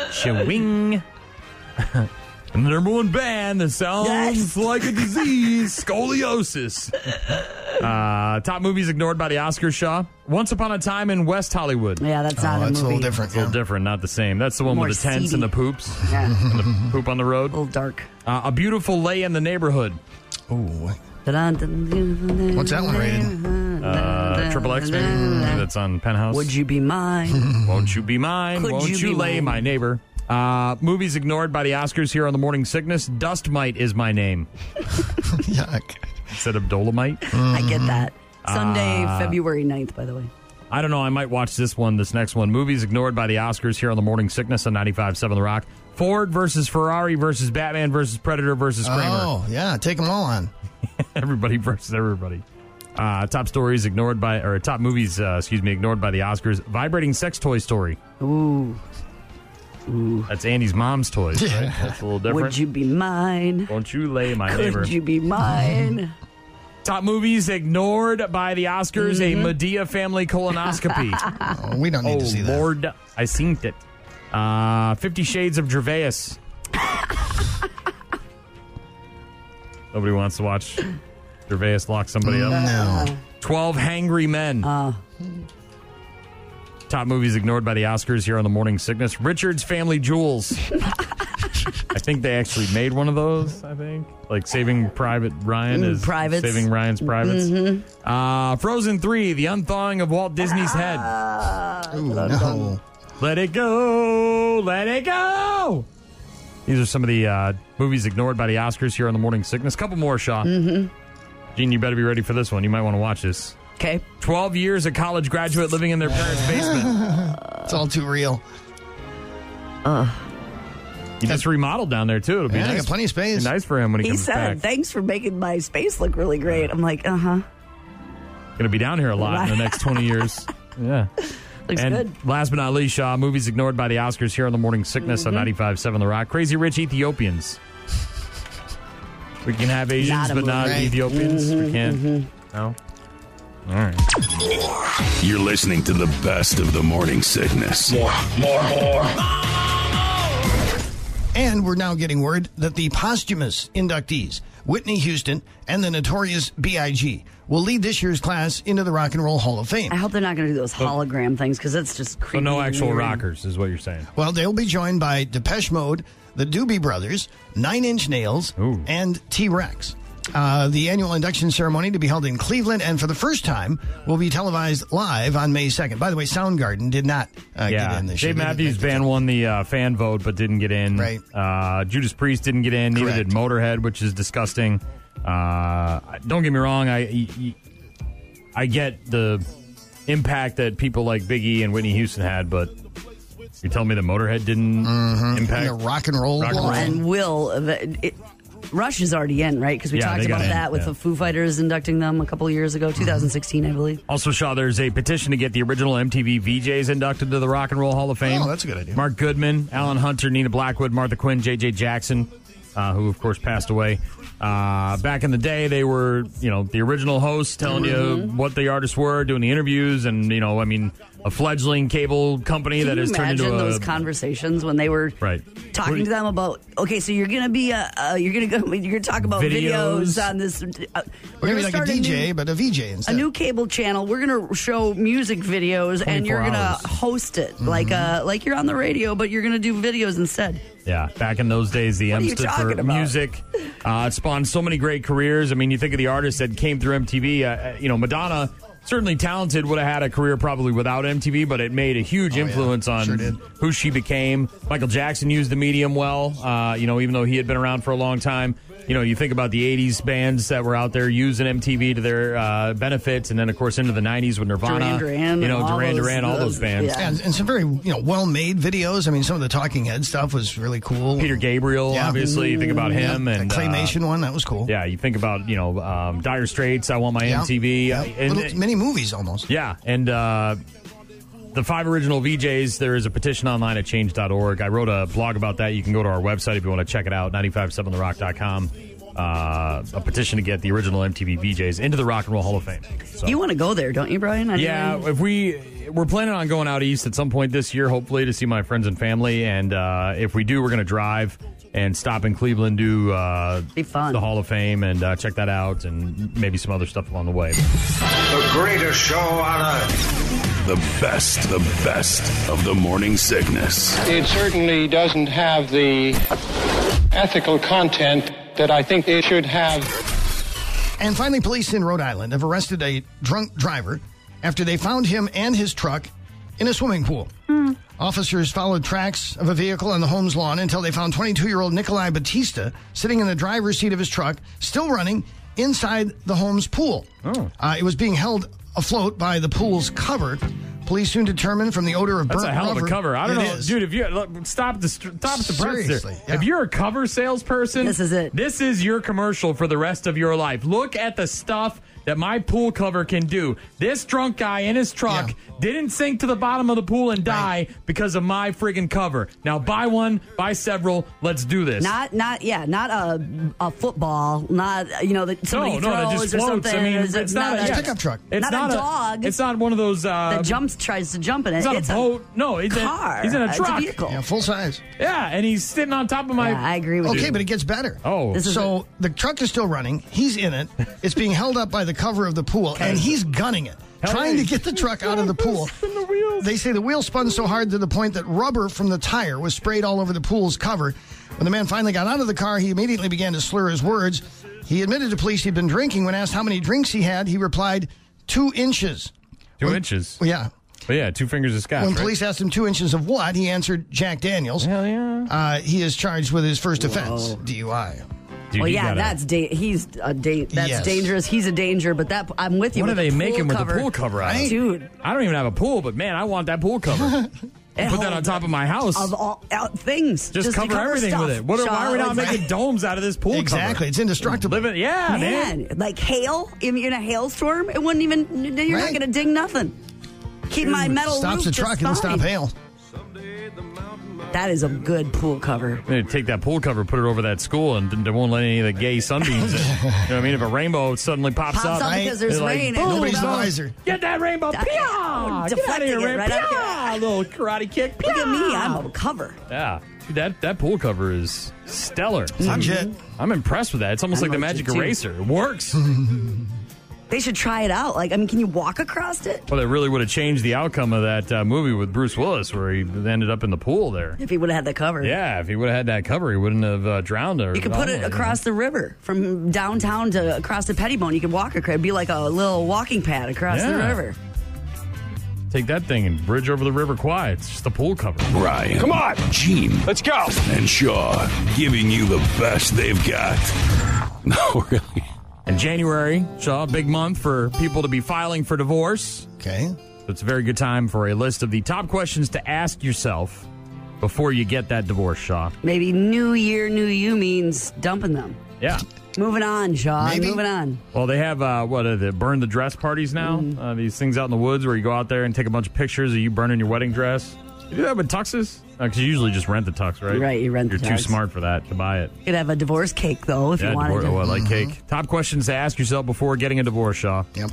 S6: Shwing, And the number one band that sounds
S5: Yes.
S6: like a disease, scoliosis. Uh, top movies ignored by the Oscar Shaw. Once Upon a Time in West Hollywood.
S5: Yeah, that's not
S7: Oh,
S5: a movie.
S7: that's a little different.
S6: It's a little
S7: yeah.
S6: different, not the same. That's the one
S5: More
S6: with the tents and
S5: seedy.
S6: the poops,
S5: Yeah,
S6: poop on the road.
S5: a little dark.
S6: Uh, a beautiful lay in the neighborhood.
S7: Ooh.
S5: What's
S7: that one rated?
S6: Uh, Triple X, maybe? Maybe That's on Penthouse.
S5: Would you be mine?
S6: Won't you be mine?
S5: Could
S6: Won't
S5: you
S6: you,
S5: be
S6: lay
S5: mine?
S6: my neighbor? Uh, movies ignored by the Oscars here on the Morning Sickness. Dust Mite is my name
S7: Yuck.
S6: instead of Dolomite.
S5: I get that. Sunday, February 9th, by the way.
S6: I don't know. I might watch this one, this next one. Movies ignored by the Oscars here on the Morning Sickness on 95.7 The Rock. Ford versus Ferrari versus Batman versus Predator versus Kramer.
S7: Oh, yeah. Take them all on.
S6: Everybody versus everybody. Uh, top stories ignored by, or top movies, uh, excuse me, ignored by the Oscars. Vibrating Sex Toy Story.
S5: Ooh,
S6: That's Andy's mom's toys. Right? That's a little different.
S5: would you be mine?
S6: Won't you lay my neighbor?
S5: Could you be mine?
S6: Top movies ignored by the Oscars: a Medea family colonoscopy.
S7: Oh, we don't need
S6: oh
S7: to see that.
S6: Lord, I seen it. Uh, Fifty Shades of Gervais. Nobody wants to watch Gervais lock somebody up.
S7: No.
S6: Twelve Hangry Men.
S7: Ah.
S6: Top movies ignored by the Oscars here on the Morning Sickness: Richard's Family Jewels. I think they actually made one of those. I think, like Saving Private Ryan
S5: Mm,
S6: is
S5: Privates.
S6: Saving Ryan's Privates.
S7: Mm-hmm.
S6: Uh, Frozen Three: The Unthawing of Walt Disney's Head.
S7: Ooh, no.
S6: Let it go, let it go. These are some of the uh, movies ignored by the Oscars here on the Morning Sickness. Couple more, Shaw. Mm-hmm. Gene, you better be ready for this one. You might want to watch this.
S5: Okay.
S6: 12 years a college graduate living in their parents' basement.
S7: It's all too real.
S6: He just remodeled down there, too. It'll be
S7: Yeah, I
S6: nice.
S7: got plenty of space.
S6: be nice for him when he,
S5: He
S6: comes
S5: said,
S6: back.
S5: thanks for making my space look really great. I'm like, uh huh.
S6: Going to be down here a lot in the next 20 years. Yeah.
S5: Looks
S6: and
S5: good.
S6: last but not least, Shaw, movies ignored by the Oscars here on the Morning Sickness
S5: Mm-hmm.
S6: on 95.7 The Rock. Crazy Rich Ethiopians. We can have Asians,
S5: Not a Mm-hmm,
S6: but not
S7: movie. Right.
S6: Ethiopians. we can't. No? All right.
S4: You're listening to the best of the morning sickness.
S7: And we're now getting word that the posthumous inductees, Whitney Houston and the notorious B.I.G., will lead this year's class into the Rock and Roll Hall of Fame.
S5: I hope they're not going to do those hologram things because that's just
S6: So
S5: creepy.
S6: no
S5: and
S6: actual
S5: weird.
S6: rockers is what you're saying.
S7: Well, they'll be joined by Depeche Mode, the Doobie Brothers, Nine Inch Nails,
S6: Ooh.
S7: and T Rex. Uh, the annual induction ceremony to be held in Cleveland and for the first time will be televised live on May 2nd. By the way, Soundgarden did not uh, get
S6: Yeah,
S7: in this year.
S6: Dave
S7: They didn't
S6: Matthews
S7: make the
S6: Band won the uh, fan vote, but didn't get in.
S7: Right.
S6: Uh, Judas Priest didn't get in. Neither
S7: Correct.
S6: did Motorhead, which is disgusting. Uh, don't get me wrong. I y- y- I get the impact that people like Biggie and Whitney Houston had, but you tell me the Motorhead didn't
S7: Mm-hmm.
S6: impact.
S7: The rock and roll.
S6: Rock and
S7: Wall.
S5: Well, and will of it, it- Rush is already in, right? Because we
S6: Yeah,
S5: talked
S6: they got
S5: about
S6: in,
S5: that with
S6: yeah.
S5: the Foo Fighters inducting them a couple of years ago, 2016, I believe.
S6: Also, Shaw, there's a petition to get the original MTV VJs inducted to the Rock and Roll Hall of Fame.
S7: Oh, that's a good idea.
S6: Mark Goodman, Alan Hunter, Nina Blackwood, Martha Quinn, J.J. Jackson, uh, who, of course, passed away. Uh, back in the day, they were, you know, the original hosts telling
S5: Mm-hmm.
S6: you what the artists were, doing the interviews, and, you know, I mean, a fledgling cable company
S5: Can
S6: that
S5: you
S6: has turned
S5: imagine
S6: into
S5: those
S6: a.
S5: conversations when they were
S6: Right. What do
S5: talking
S6: you-
S5: to them about? Okay, so you're gonna be uh, uh, you're gonna go you're gonna talk about videos,
S6: Videos.
S5: on this. Uh,
S7: We're going to be like
S5: start
S7: a DJ,
S5: new,
S7: but a VJ
S5: a
S7: instead.
S5: new cable channel. We're gonna show music videos, and
S6: 24
S5: you're gonna
S6: hours.
S5: host it like
S7: Mm-hmm.
S5: uh like you're on the radio, but you're gonna do videos instead.
S6: Yeah, back in those days, the
S5: What
S6: M
S5: are you
S6: stood for
S5: talking about?
S6: music. Uh, it spawned so many great careers. I mean, you think of the artists that came through MTV. Uh, you know, Madonna, certainly talented, would have had a career probably without MTV, but it made a huge
S7: Oh, yeah.
S6: influence on
S7: Sure did.
S6: who she became. Michael Jackson used the medium well. Uh, you know, even though he had been around for a long time. You know, you think about the '80s bands that were out there using MTV to their uh, benefits, and then of course into the '90s with
S5: Duran
S6: Nirvana,
S5: Duran
S6: you know,
S5: and all
S6: Duran
S5: those-
S6: Duran, all those
S5: those-
S6: bands.
S5: yeah.
S7: and, and some very you know well-made videos. I mean, some of the Talking Head stuff was really cool.
S6: Peter Gabriel,
S7: Yeah.
S6: obviously, you think about
S7: Yeah,
S6: him and
S7: the
S6: uh,
S7: claymation one that was cool.
S6: Yeah, you think about you know um, Dire Straits. I want my
S7: Yeah.
S6: MTV.
S7: Yeah.
S6: uh, And,
S7: Little- mini movies almost.
S6: yeah, and uh, the five original VJs. There is a petition online at change.org. I wrote a blog about that. You can go to our website if you want to check it out. 957therock.com. Uh, uh, a petition to get the original MTV VJs into the Rock and Roll Hall of Fame. So,
S5: You want to go there, don't you, Brian? I
S6: yeah, if we we're planning on going out east at some point this year, hopefully to see my friends and family, and uh, if we do, we're going to drive and stop in Cleveland, do uh,
S5: Be fun.
S6: the Hall of Fame, and uh, check that out, and maybe some other stuff along the way.
S3: The greatest show on earth.
S4: The best, the best of the morning sickness.
S8: It certainly doesn't have the ethical content that I think it should have.
S7: And finally, police in Rhode Island have arrested a drunk driver after they found him and his truck in a swimming pool. Officers followed tracks of a vehicle on the home's lawn until they found 22 year old Nikolai Batista sitting in the driver's seat of his truck, still running inside the home's pool.
S6: Oh.
S7: Uh, it was being held afloat by the pool's cover. Police soon determined from the odor of
S6: That's
S7: burnt
S6: a hell of a
S7: rubber-
S6: cover. I don't
S7: It
S6: know,
S7: is.
S6: dude. If you look, stop the str- stop the press there.
S7: Seriously, yeah.
S6: If you're a cover salesperson,
S5: This is it.
S6: This is your commercial for the rest of your life. Look at the stuff that my pool cover can do. This drunk guy in his truck
S7: Yeah.
S6: didn't sink to the bottom of the pool and die because of my friggin' cover. Now buy one, buy several. Let's do this.
S5: Not, not, yeah, not a a football, not you know that somebody
S6: no, that
S5: throws
S6: just
S5: or
S6: floats. I
S5: something.
S6: mean,
S5: Is it
S6: it's not a-
S7: It's a pickup truck.
S6: it's
S5: not, a, dog
S6: It's not one of those. Uh,
S5: that jumps, tries to jump in it.
S6: It's not a boat. no, it's a-
S5: car.
S6: he's in a
S5: It's
S6: truck.
S5: vehicle.
S7: Yeah, full size.
S6: yeah, and he's sitting on top of my.
S5: Yeah, I agree with you.
S7: Okay, but it gets better.
S6: Oh.
S5: This is
S7: so the truck is still running. He's in it. It's being held up by the cover of the pool, and he's gunning it,
S6: Hell
S7: trying
S6: yeah.
S7: to get the truck out of the pool.
S6: Spin the wheels.
S7: They say the wheel spun so hard to the point that rubber from the tire was sprayed all over the pool's cover. When the man finally got out of the car, he immediately began to slur his words. He admitted to police he'd been drinking. When asked how many drinks he had, he replied, two inches.
S6: Two inches.
S7: Yeah.
S6: But yeah, two fingers of scotch.
S7: When
S6: right?
S7: police asked him two inches of what, he answered Jack Daniels.
S6: Hell yeah.
S7: Uh, he is charged with his first offense, DUI.
S6: Dude,
S5: Well,
S6: you
S5: yeah,
S6: gotta-
S5: that's da- he's a da- that's
S7: Yes.
S5: dangerous. He's a danger, but that I'm with you.
S6: What
S5: with
S6: are
S5: the
S6: they
S5: pool
S6: making with the
S5: cover.
S6: pool cover out of?
S5: dude?
S6: I don't even have a pool, but man, I want that pool cover. Put that on
S5: holds
S6: top of my house.
S5: Of all out things,
S6: just,
S5: to
S6: cover, everything
S5: stuff.
S6: with it. What are, why
S5: Sean,
S6: are we not
S5: it's-
S6: making domes out of this pool
S7: Exactly. It's indestructible.
S6: cover? Live it, yeah, man.
S5: Man, like hail in, in a hailstorm, it wouldn't even. You're
S7: Right.
S5: not going to ding nothing. Keep my metal
S7: Stops
S5: roof
S7: the
S5: just
S7: truck and
S5: fine.
S7: stop hail.
S5: That is a good pool cover.
S6: They take that pool cover, put it over that school, and they won't let any of the gay sunbeams in. You know what I mean? If a rainbow suddenly pops,
S5: Pops up
S6: up,
S7: right?
S5: because there's
S6: They're like,
S5: rain.
S6: boom,
S5: and
S7: Nobody's the
S5: boom.
S7: wiser.
S6: get that rainbow,
S5: That-
S6: Pia! Get out of
S5: Oh, Deflecting
S6: here,
S5: it
S6: rainbow,
S5: right up
S6: Pia! Little karate kick,
S5: Look at me,
S6: Pia!
S5: I'm a cover.
S6: Yeah, Dude, that that pool cover is stellar. Mm-hmm.
S7: Object.
S6: I'm impressed with that. It's almost
S5: I'm
S6: like the
S5: like it,
S6: magic
S5: too.
S6: eraser. It works.
S5: They should try it out. Like, I mean, can you walk across it?
S6: Well, that really would have changed the outcome of that uh, movie with Bruce Willis, where he ended up in the pool there.
S5: If he would have had the cover,
S6: Yeah, if he would have had that cover, he wouldn't have uh, drowned. Or
S5: You could put it across the river from downtown to across the Pettibone. You could walk across. It'd be like a little walking pad across the
S6: Yeah.
S5: river.
S6: Take that thing and bridge over the river quiet. It's just a pool cover.
S4: Ryan. Come on. Gene. Let's go. And Shaw giving you the best they've got. No, really.
S6: And January, Shaw, big month for people to be filing for divorce.
S7: Okay.
S6: So it's a very good time for a list of the top questions to ask yourself before you get that divorce, Shaw.
S5: Maybe New Year, New You means dumping them.
S6: Yeah.
S5: Moving on, Shaw.
S7: Maybe.
S5: Moving on.
S6: Well, they have uh, what are the burn the dress parties now?
S5: Mm-hmm.
S6: Uh, these things out in the woods where you go out there and take a bunch of pictures of you burning your wedding dress. You do that with tuxes? Because you usually just rent the tux, right?
S5: Right, you rent the
S6: You're too
S5: tux.
S6: smart for that to buy it.
S5: You could have a divorce cake though if you wanted
S6: divor-
S5: to. Mm-hmm.
S6: well, like cake. Top questions to ask yourself before getting a divorce, Shaw.
S7: Yep.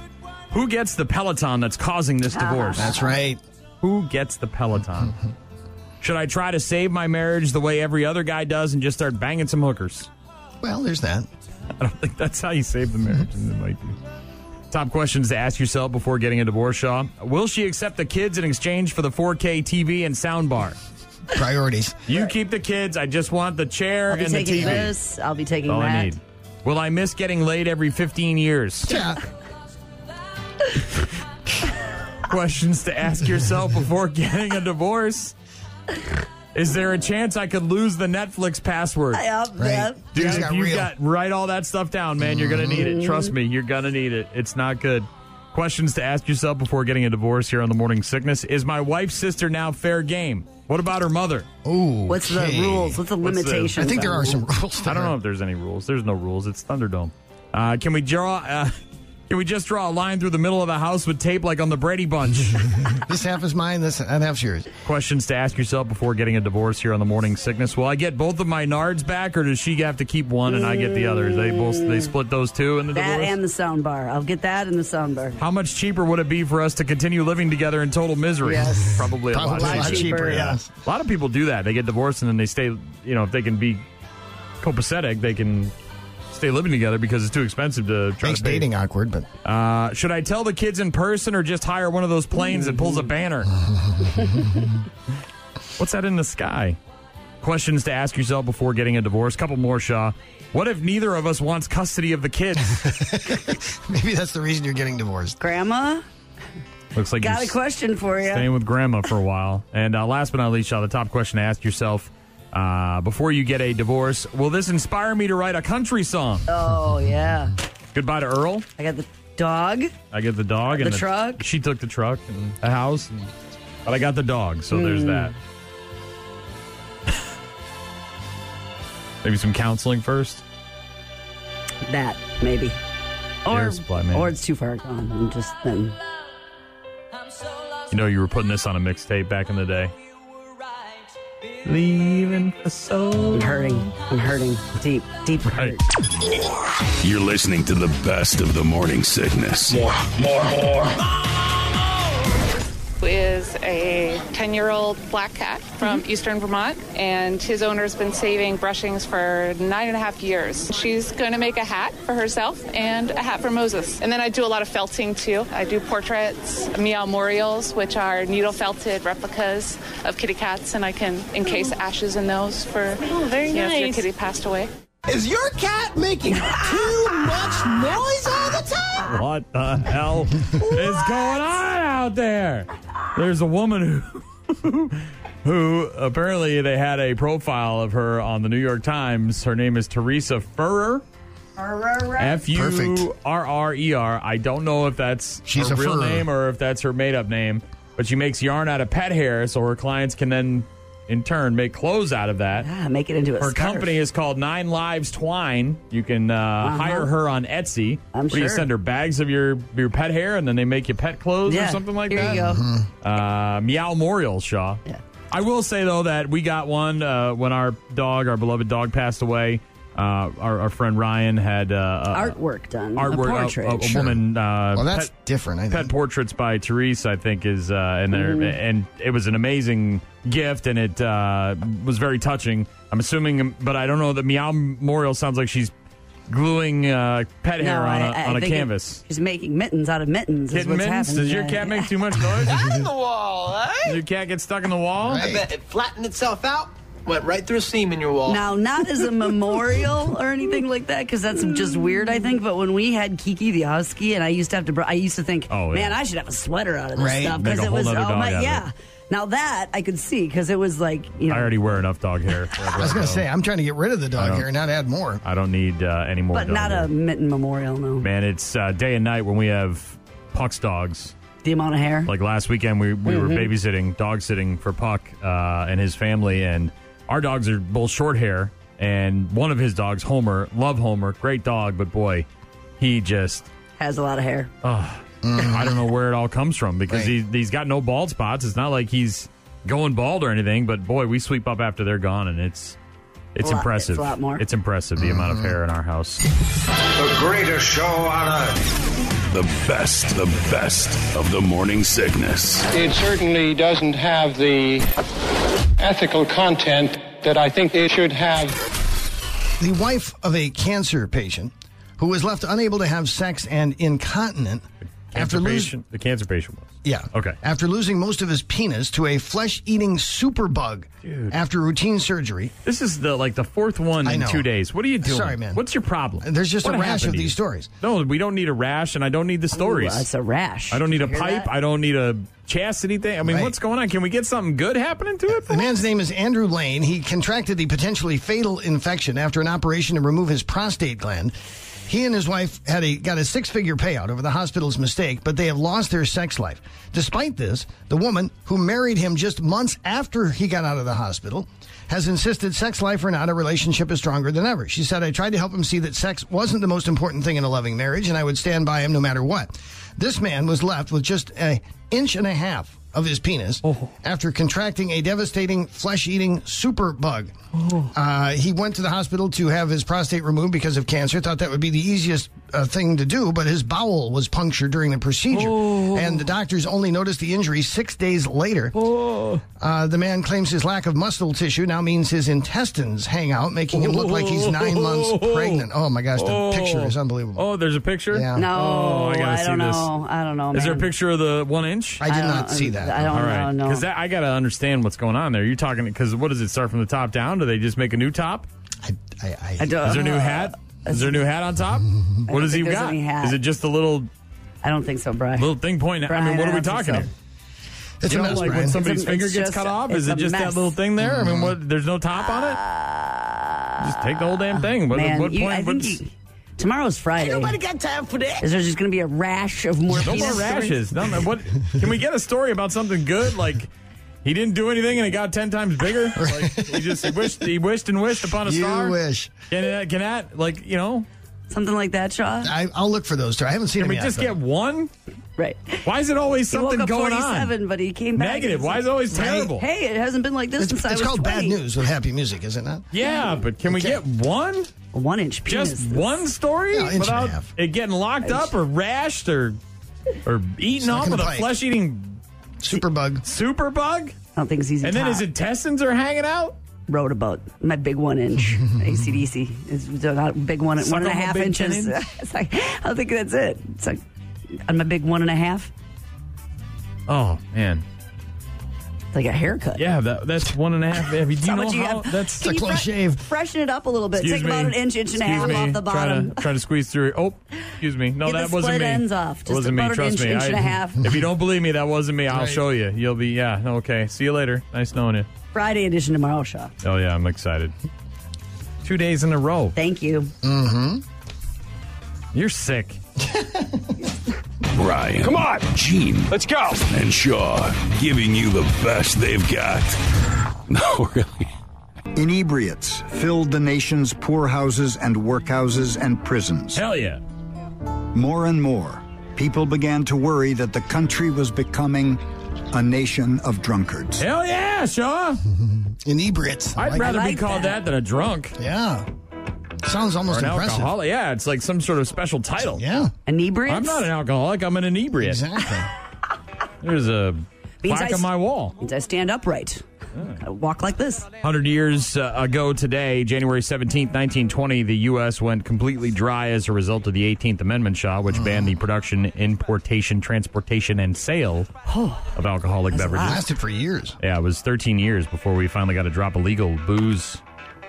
S6: Who gets the Peloton that's causing
S5: Ah.
S6: this divorce?
S7: That's right.
S6: Who gets the Peloton? Should I try to save my marriage the way every other guy does and just start banging some hookers?
S7: Well, there's that.
S6: I don't think that's how you save the marriage. and it might be. Top questions to ask yourself before getting a divorce, Shaw. Will she accept the kids in exchange for the 4K TV and soundbar?
S7: Priorities.
S6: You keep the kids. I just want the chair
S5: I'll be
S6: and the
S5: taking
S6: TV.
S5: this. I'll be taking
S6: All
S5: that.
S6: I need. Will I miss getting laid every 15 years?
S7: Yeah.
S6: questions to ask yourself before getting a divorce. Is there a chance I could lose the Netflix password?
S5: I have
S7: Right.
S5: that.
S7: Things
S6: Dude,
S7: got
S6: you
S7: real.
S6: got write all that stuff down, man. You're gonna need it. Trust me, you're gonna need it. It's not good. Questions to ask yourself before getting a divorce here on the morning sickness. Is my wife's sister now fair game? What about her mother?
S7: Ooh.
S5: What's the rules? What's the
S6: What's the-
S5: limitations?
S7: I think there
S5: on
S7: are
S5: it?
S7: some rules.
S6: I don't know if there's any rules. There's no rules. It's Thunderdome. Uh, can we draw? Uh,
S1: Can we just draw a line through the middle of the house with tape like on the Brady Bunch?
S7: This half is mine, this that half's yours.
S6: Questions to ask yourself before getting a divorce here on the morning sickness. Will I get both of my nards back, or does she have to keep one and I get the other? They both they split those two in the
S5: That
S6: divorce.
S5: and the sound bar. I'll get that and the sound bar.
S6: How much cheaper would it be for us to continue living together in total misery?
S7: Yes.
S6: Probably,
S7: Probably
S6: a lot cheaper.
S5: cheaper,
S7: yes.
S6: A lot of people do that. They get divorced and then they stay. You know, if they can be copacetic, they can stay living together because it's too expensive to try
S7: Makes
S6: to pay.
S7: dating awkward, but
S6: Uh, should I tell the kids in person or just hire one of those planes that pulls a banner? What's that in the sky? Questions to ask yourself before getting a divorce. Couple more, Shaw. What if neither of us wants custody of the kids?
S7: maybe that's the reason you're getting divorced.
S5: Grandma,
S6: Looks like
S5: got a
S6: you're
S5: question for you.
S6: staying with grandma for a while. And uh, last but not least, Shaw, the top question to ask yourself uh, before you get a divorce: Will this inspire me to write a country song?
S5: Oh, yeah.
S6: Goodbye to Earl.
S5: I got the dog.
S6: I get the dog and
S5: The truck?
S6: She took the truck and the house, and, but I got the dog, so there's
S5: Hmm.
S6: that. Maybe some counseling first.
S5: That, maybe. Or,
S6: Air supply, maybe.
S5: or it's too far gone. And just then.
S6: You know, you were putting this on a mixtape back in the day. Leaving for so
S5: I'm hurting. I'm hurting. Deep, deep hurt.
S6: Right.
S4: You're listening to the best of the morning sickness.
S3: More, more, more.
S9: is a 10 year old black cat from
S1: Mm-hmm.
S9: eastern Vermont, and his owner's been saving brushings for nine and a half years. She's going to make a hat for herself and a hat for Moses. And then I do a lot of felting too. I do portraits, meow morials, which are needle felted replicas of kitty cats, and I can encase
S1: Mm-hmm.
S9: ashes in those for
S1: Oh,
S9: very you know, if your kitty passed away.
S10: Is your cat making too much noise all the time?
S6: What the hell is going on out there? There's a woman who who apparently they had a profile of her on the New York Times. Her name is Teresa Furrer. F U R R E R. I don't know if that's
S7: She's
S6: her
S7: a
S6: real
S7: furrer.
S6: name or if that's her made up name, but she makes yarn out of pet hair, so her clients can then, in turn, make clothes out of that.
S5: Ah, make it into a
S6: Her
S5: scarf.
S6: company is called Nine Lives Twine. You can uh, hire her on Etsy.
S5: Uh-huh. I'm
S6: What do you
S5: sure.
S6: send her bags of your your pet hair, and then they make you pet clothes
S5: Yeah.
S6: or something like
S5: Here
S6: that.
S5: you go.
S6: Uh, meow Morial Shaw.
S5: Yeah.
S6: I will say though that we got one uh, when our dog, our beloved dog, passed away. Uh, our, our friend Ryan had uh, a-
S5: Artwork done.
S6: artwork,
S5: A
S6: a-
S5: portrait.
S6: a, a woman. Uh,
S7: Well, that's
S6: pet-
S7: different, I
S6: Pet
S7: think.
S6: portraits by Therese, I think, is uh, in there, and it was an amazing gift, and it uh, was very touching. I'm assuming, but I don't know. The meow memorial sounds like she's gluing uh, pet hair on a
S5: I- I
S6: on a
S5: think it-
S6: canvas.
S5: she's making mittens out of mittens. is
S6: Kitten
S5: what's
S6: mittens?
S5: happening.
S6: Does your
S5: Yeah.
S6: cat make too much noise?
S10: On the wall, eh?
S6: Does your cat get stuck in the wall?
S7: Right.
S10: Bet it flattened itself out, went right through a seam in your wall.
S5: Uh, Now, not as a memorial or anything like that, because that's just weird, I think. But when we had Kiki the husky, and I used to have to, br- I used to think,
S6: Oh, yeah.
S5: man, I should have a sweater out of this
S7: Right.
S5: stuff
S6: Make
S5: because
S6: a
S5: it
S6: whole
S5: was, oh
S6: nother dog out
S5: my,
S6: of
S5: yeah.
S6: it.
S5: Now that I could see because it was like, you know,
S6: I already wear enough dog hair.
S7: I was going to say, I'm trying to get rid of the dog here, not add more.
S6: I don't need uh, any more.
S5: but
S6: dog
S5: not
S6: hair.
S5: a mitten memorial. No,
S6: man. It's uh, day and night when we have Puck's dogs.
S5: the amount of hair.
S6: Like last weekend, we, we
S7: Mm-hmm.
S6: were babysitting, dog sitting for Puck uh, and his family, and our dogs are both short hair. And one of his dogs, Homer, love Homer, great dog, but boy, he just
S5: has a lot of hair.
S6: I don't know where it all comes from because
S7: Right.
S6: he, he's got no bald spots. It's not like he's going bald or anything, but boy, we sweep up after they're gone, and it's it's
S5: A lot-
S6: impressive.
S5: it's a lot more.
S6: It's impressive the amount
S7: Mm-hmm.
S6: of hair in our house.
S3: The greatest show on earth.
S4: The best, the best of the morning sickness.
S8: It certainly doesn't have the ethical content that I think it should have.
S7: The wife of a cancer patient who was left unable to have sex and incontinent after
S6: Cancer
S7: losing.
S6: patient, the cancer patient was.
S7: Yeah.
S6: Okay.
S7: After losing most of his penis to a flesh eating superbug after routine surgery.
S6: This is the like the fourth one
S7: I
S6: in
S7: know.
S6: two days. What are you doing?
S7: Sorry, man.
S6: What's your problem?
S7: There's just
S6: What
S7: a rash
S6: happened
S7: of
S6: to
S7: these
S6: you?
S7: stories.
S6: No, we don't need a rash, and I don't need the stories.
S5: Ooh, it's a rash.
S6: I don't need
S5: Did
S6: a
S5: you hear
S6: pipe.
S5: that?
S6: I don't need a chastity thing. I mean,
S7: Right.
S6: what's going on? Can we get something good happening to it?
S7: The man's name is Andrew Lane. He contracted the potentially fatal infection after an operation to remove his prostate gland. He and his wife had a got a six figure payout over the hospital's mistake, but they have lost their sex life. Despite this, the woman who married him just months after he got out of the hospital has insisted sex life or not, a relationship is stronger than ever. She said, I tried to help him see that sex wasn't the most important thing in a loving marriage, and I would stand by him no matter what. This man was left with just an inch and a half of his penis
S6: Oh.
S7: after contracting a devastating flesh-eating superbug.
S6: Oh.
S7: Uh, he went to the hospital to have his prostate removed because of cancer. Thought that would be the easiest uh, thing to do, but his bowel was punctured during the procedure,
S6: Oh.
S7: and the doctors only noticed the injury six days later.
S6: Oh.
S7: Uh, the man claims his lack of muscle tissue now means his intestines hang out, making him look like he's nine months pregnant. Oh my gosh, the picture is unbelievable.
S6: Oh, there's a picture?
S7: Yeah.
S5: No,
S6: Oh, I
S5: I,
S6: gotta see
S5: don't
S6: this.
S5: know. I don't know.
S6: Is there a
S5: man.
S6: picture of the one inch?
S7: I did
S5: I
S7: not
S5: don't-
S7: see that.
S5: I don't
S7: no.
S6: All right,
S5: know.
S6: because I gotta understand what's going on there. You're talking because what does it start from the top down? Do they just make a new top?
S7: I, I,
S5: I don't,
S6: Is there a new hat? Is there a new hat on top? What does he
S5: Uh, think there's
S6: got?
S5: any hat.
S6: Is it just a little
S5: I don't think so, Brian.
S6: little thing pointing? I
S5: Brian,
S6: mean, what
S5: I
S6: are we
S5: don't think
S6: talking?
S5: so.
S6: here?
S7: it's
S6: You
S7: a
S6: know,
S7: mess,
S6: like
S7: Brian.
S6: when somebody's
S5: It's a-
S6: finger
S5: it's
S6: gets
S5: just
S6: cut
S5: a-
S6: off,
S5: it's
S6: is
S5: a
S6: it just
S5: mess.
S6: that little thing there? I mean, what? There's no top on it. Just take the whole damn Ah, thing. What,
S5: Man,
S6: what
S5: you,
S6: point?
S5: I think
S6: what's-
S5: you, tomorrow's Friday.
S11: Nobody got time for that.
S5: Is there just going to be a rash of more
S6: no more
S5: penis stories?
S6: rashes. No, no, what? Can we get a story about something good? Like he didn't do anything and it got ten times bigger. Like he just he wished he wished and wished upon a star.
S7: You wish.
S6: Can that? Can that? Like you know?
S5: Something like that, Shaw?
S7: I, I'll look for those two. I haven't seen
S6: Can we
S7: them yet.
S6: just
S7: but-
S6: get one?
S5: Right.
S6: Why is it always
S5: he woke
S6: something
S5: up
S6: going
S5: 47,
S6: on?
S5: but he came back.
S6: Negative.
S5: and
S6: Why is it always terrible?
S5: Hey, it hasn't been like this
S7: It's,
S5: since I
S7: it's
S5: was
S7: called
S5: 20.
S7: bad news with happy music, is it not?
S6: Yeah, but can we
S7: Okay.
S6: get one?
S5: A one inch penis.
S6: Just one story
S7: Yeah, inch and a
S6: without
S7: half.
S6: it getting locked up or rashed or or eaten
S7: Stuck
S6: off
S7: in
S6: with
S7: a
S6: a
S7: pipe.
S6: flesh eating
S7: Superbug.
S6: super bug?
S5: I don't think it's easy.
S6: And then his intestines are hanging out?
S5: wrote about my big one inch ACDC. It's not big one,
S6: Suck
S5: one and a
S6: on my
S5: half
S6: big
S5: inches.
S6: titties.
S5: it's like, I think that's it. It's like on my big one and a half.
S6: Oh man.
S5: It's like a haircut.
S6: Yeah, that, that's one and a half. Yeah, Do you
S5: How
S6: know
S5: much you
S6: how
S5: have-
S6: that's
S5: Can
S7: a
S5: you
S7: close shave.
S5: Freshen it up a little bit.
S6: Excuse
S5: Take
S6: me.
S5: about an inch, inch and a
S6: Excuse
S5: half
S6: me.
S5: off the bottom.
S6: Try to, try to squeeze through. Oh, excuse me. No,
S5: Get the
S6: that wasn't
S5: split
S6: me.
S5: ends off. Just
S6: it wasn't me.
S5: about an
S6: Trust
S5: inch,
S6: me.
S5: inch and a
S6: I-
S5: half.
S6: If you don't believe me, that wasn't me. I'll
S7: Right.
S6: show you. You'll be yeah. Okay. See you later. Nice knowing you.
S5: Friday edition tomorrow, Shaw.
S12: Oh yeah, I'm excited.
S6: Two days in a row.
S5: Thank you.
S6: You're sick.
S4: Brian. Come on. Gene. Let's go. And Shaw giving you the best they've got. No, really.
S9: Inebriates filled the nation's poorhouses and workhouses and prisons.
S6: Hell yeah.
S9: More and more, people began to worry that the country was becoming a nation of drunkards.
S6: Hell yeah, Shaw.
S7: Inebriates. I
S6: I'd
S7: like
S6: rather
S5: I
S6: be
S5: like
S6: called
S5: that.
S6: that. than a drunk
S7: it. Yeah. Sounds
S6: or
S7: almost
S6: an
S7: impressive.
S6: alcoholic. Yeah, it's like some sort of special title.
S7: Yeah,
S5: Inebriates?
S6: I'm not an alcoholic. I'm an inebriate.
S7: exactly.
S12: There's a
S5: Means
S6: Plaque
S5: I
S6: on my wall.
S5: Means I stand upright. I walk like this.
S6: 100 years uh, ago today, January 17th, 1920, the U.S. went completely dry as a result of the 18th Amendment Shaw, which banned
S7: Uh-huh.
S6: the production, importation, transportation, and sale of alcoholic beverages.
S7: Lasted for years.
S12: yeah, it was 13 years before we finally got to drop a legal booze,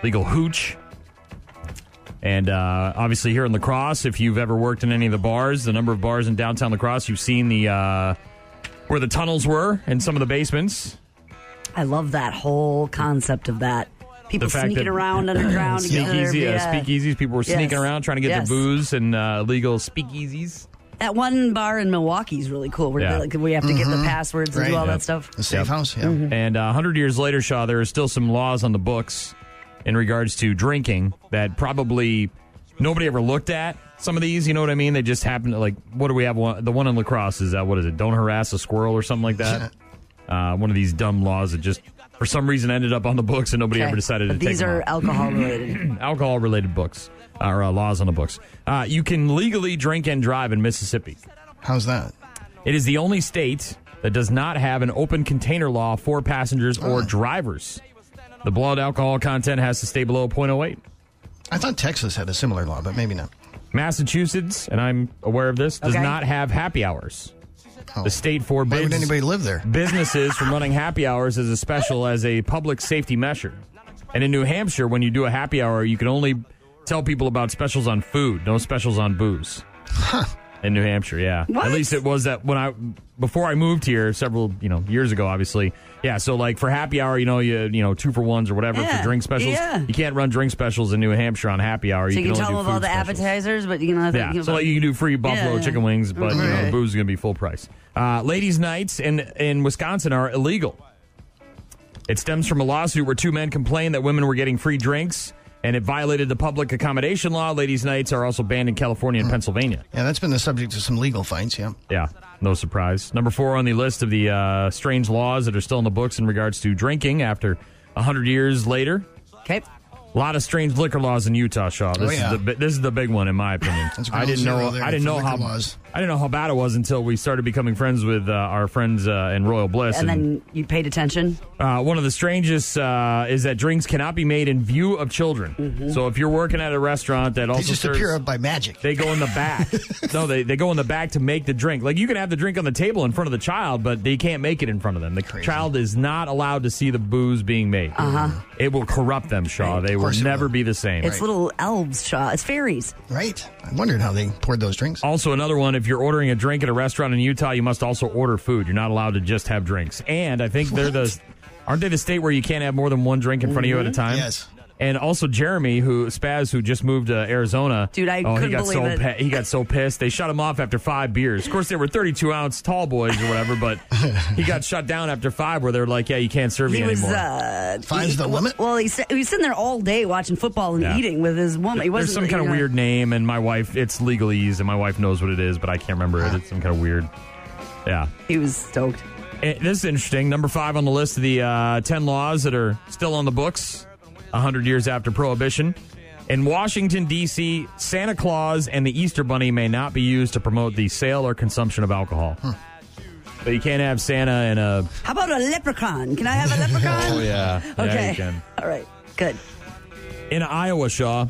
S12: legal hooch.
S6: And uh, obviously, here in Lacrosse, if you've ever worked in any of the bars, the number of bars in downtown Lacrosse, you've seen the uh, where the tunnels were and some of the basements.
S5: I love that whole concept of that. People
S6: The fact
S5: sneaking
S6: that-
S5: around underground. to get their
S6: Speakeasy, uh,
S5: via-
S6: speakeasies. People were
S5: Yes.
S6: sneaking around trying to get
S5: Yes.
S6: their booze and uh, legal speakeasies.
S5: That one bar in Milwaukee is really cool. Where
S6: Yeah. Mm-hmm.
S5: they- like, we have to get the passwords and do
S7: Right.
S5: all
S7: Yep.
S5: that stuff.
S7: The safe house. Yeah.
S5: Mm.
S6: And uh, 100 years later, Shaw, there are still some laws on the books in regards to drinking that probably nobody ever looked at. Some of these, you know what I mean? They just happen to, like, what do we have? One, the one in lacrosse is that, what is it? Don't harass a squirrel or something like that. Uh, one of these dumb laws that just, for some reason, ended up on the books and nobody
S5: Okay.
S6: ever decided
S5: But
S6: to
S5: these
S6: take
S5: are
S6: them Mm-hmm. out.
S5: alcohol related.
S6: alcohol related books or uh, laws on the books. Uh, you can legally drink and drive in Mississippi.
S7: How's that?
S6: It is the only state that does not have an open container law for passengers
S7: Ah.
S6: or drivers. The blood alcohol content has to stay below 0.08.
S7: I thought Texas had a similar law, but maybe not.
S6: Massachusetts, and I'm aware of this, does
S5: Okay.
S6: not have happy hours.
S7: Oh.
S6: The state
S7: Why would
S6: forbids
S7: anybody live there?
S6: businesses from running happy hours as a special as a public safety measure. And in New Hampshire, when you do a happy hour, you can only tell people about specials on food, no specials on booze. In New Hampshire, yeah. At least it was that when I before I moved here several you know years ago, obviously. Yeah, so like for happy hour, you know, you you know two for ones or whatever
S5: Yeah,
S6: for drink specials.
S5: yeah.
S6: You can't run drink specials in New Hampshire on happy hour.
S5: So you can,
S6: only
S5: tell
S6: do
S5: them about
S6: food
S5: the
S6: specials.
S5: appetizers, but you know,
S6: Yeah, so like you can do free buffalo
S5: Yeah.
S6: chicken wings, but you know,
S5: Right.
S6: the booze is going to be full price. Uh, ladies' nights in in Wisconsin are illegal. It stems from a lawsuit where two men complained that women were getting free drinks, and it violated the public accommodation law. Ladies' nights are also banned in California and Pennsylvania.
S7: Yeah, that's been the subject of some legal fights, yeah.
S6: Yeah, no surprise. Number four on the list of the uh, strange laws that are still in the books in regards to drinking after 100 years later.
S5: Okay.
S6: A lot of strange liquor laws in Utah, Shaw. This,
S7: Oh, yeah.
S6: is, the, bi- this is the big one, in my opinion. I
S7: ground
S6: didn't know.
S7: zero there
S6: I didn't
S7: for
S6: know
S7: liquor
S6: how.
S7: laws.
S6: I didn't know how bad it was until we started becoming friends with uh, our friends uh, in Royal Bliss.
S5: and then you paid attention.
S6: Uh, one of the strangest uh, is that drinks cannot be made in view of children.
S5: Mm-hmm.
S6: So if you're working at a restaurant that also
S7: They just
S6: serves,
S7: appear up by magic.
S6: they go in the back. no, they, they go in the back to make the drink. Like you can have the drink on the table in front of the child, but they can't make it in front of them. The child is not allowed to see the booze being made. Uh-huh. It will corrupt them, Shaw. They will
S7: course it
S6: never be the same.
S5: It's little elves, Shaw. It's fairies.
S7: Right. I wondered how they poured those drinks.
S6: Also, another one if you're ordering a drink at a restaurant in Utah, you must also order food. You're not allowed to just have drinks. And I think they're the aren't they the state where you can't have more than one drink in front of you at a time?
S7: Yes.
S6: And also Jeremy, who Spaz, who just moved to Arizona,
S5: Dude, I
S6: oh, he
S5: couldn't
S6: got so
S5: believe it.
S6: he got so pissed. They shut him off after five beers. Of course, they were 32 ounce tall boys or whatever, but he got shut down after five, where they're like, "Yeah, you can't serve
S5: He
S6: you
S5: was
S6: anymore."
S5: uh,
S7: Finds
S5: he-
S7: the
S5: well-
S7: limit?
S5: Well, he, sa- he was sitting there all day watching football and
S6: Yeah.
S5: eating with his woman. He
S6: There's
S5: wasn't
S6: some kind of
S5: you know,
S6: weird name, and my wife, it's legalese, and my wife knows what it is, but I can't remember it. It's some kind of weird. Yeah.
S5: He was stoked.
S6: It, Eh, this is interesting. Number five on the list of the uh, 10 laws that are still on the books 100 years after Prohibition. In Washington, D.C., Santa Claus and the Easter Bunny may not be used to promote the sale or consumption of alcohol. But you can't have Santa and a.
S5: How about a leprechaun? Can I have a leprechaun?
S6: Oh, yeah.
S5: Okay.
S6: you can.
S5: All right. Good.
S6: In Iowa, Shaw,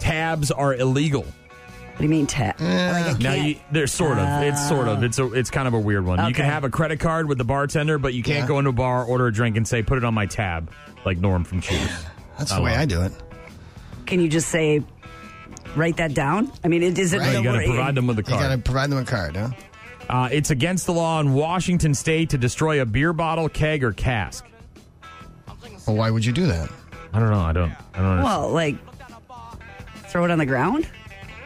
S6: tabs are illegal.
S5: What do you mean, tap? Like I
S6: Now,
S5: can't-
S6: you, they're sort of. It's sort of. It's a, It's kind of a weird one. You can
S5: Okay.
S6: have a credit card with the bartender, but you can't
S7: Yeah.
S6: go into a bar, order a drink, and say, put it on my tab, like Norm from Cheers.
S7: That's
S6: I
S7: the way
S6: love
S7: I do it.
S5: can you just say, write that down? I mean, it, is it
S7: Right.
S6: Oh, You
S5: the
S6: got to
S5: word-
S6: provide them with a
S7: You got to
S6: card.
S7: provide them a card, huh?
S6: Uh, it's against the law in Washington State to destroy a beer bottle, keg, or cask.
S7: Well, why would you do that?
S6: I don't know. I don't. I don't. Know.
S5: Well, like, throw it on the ground?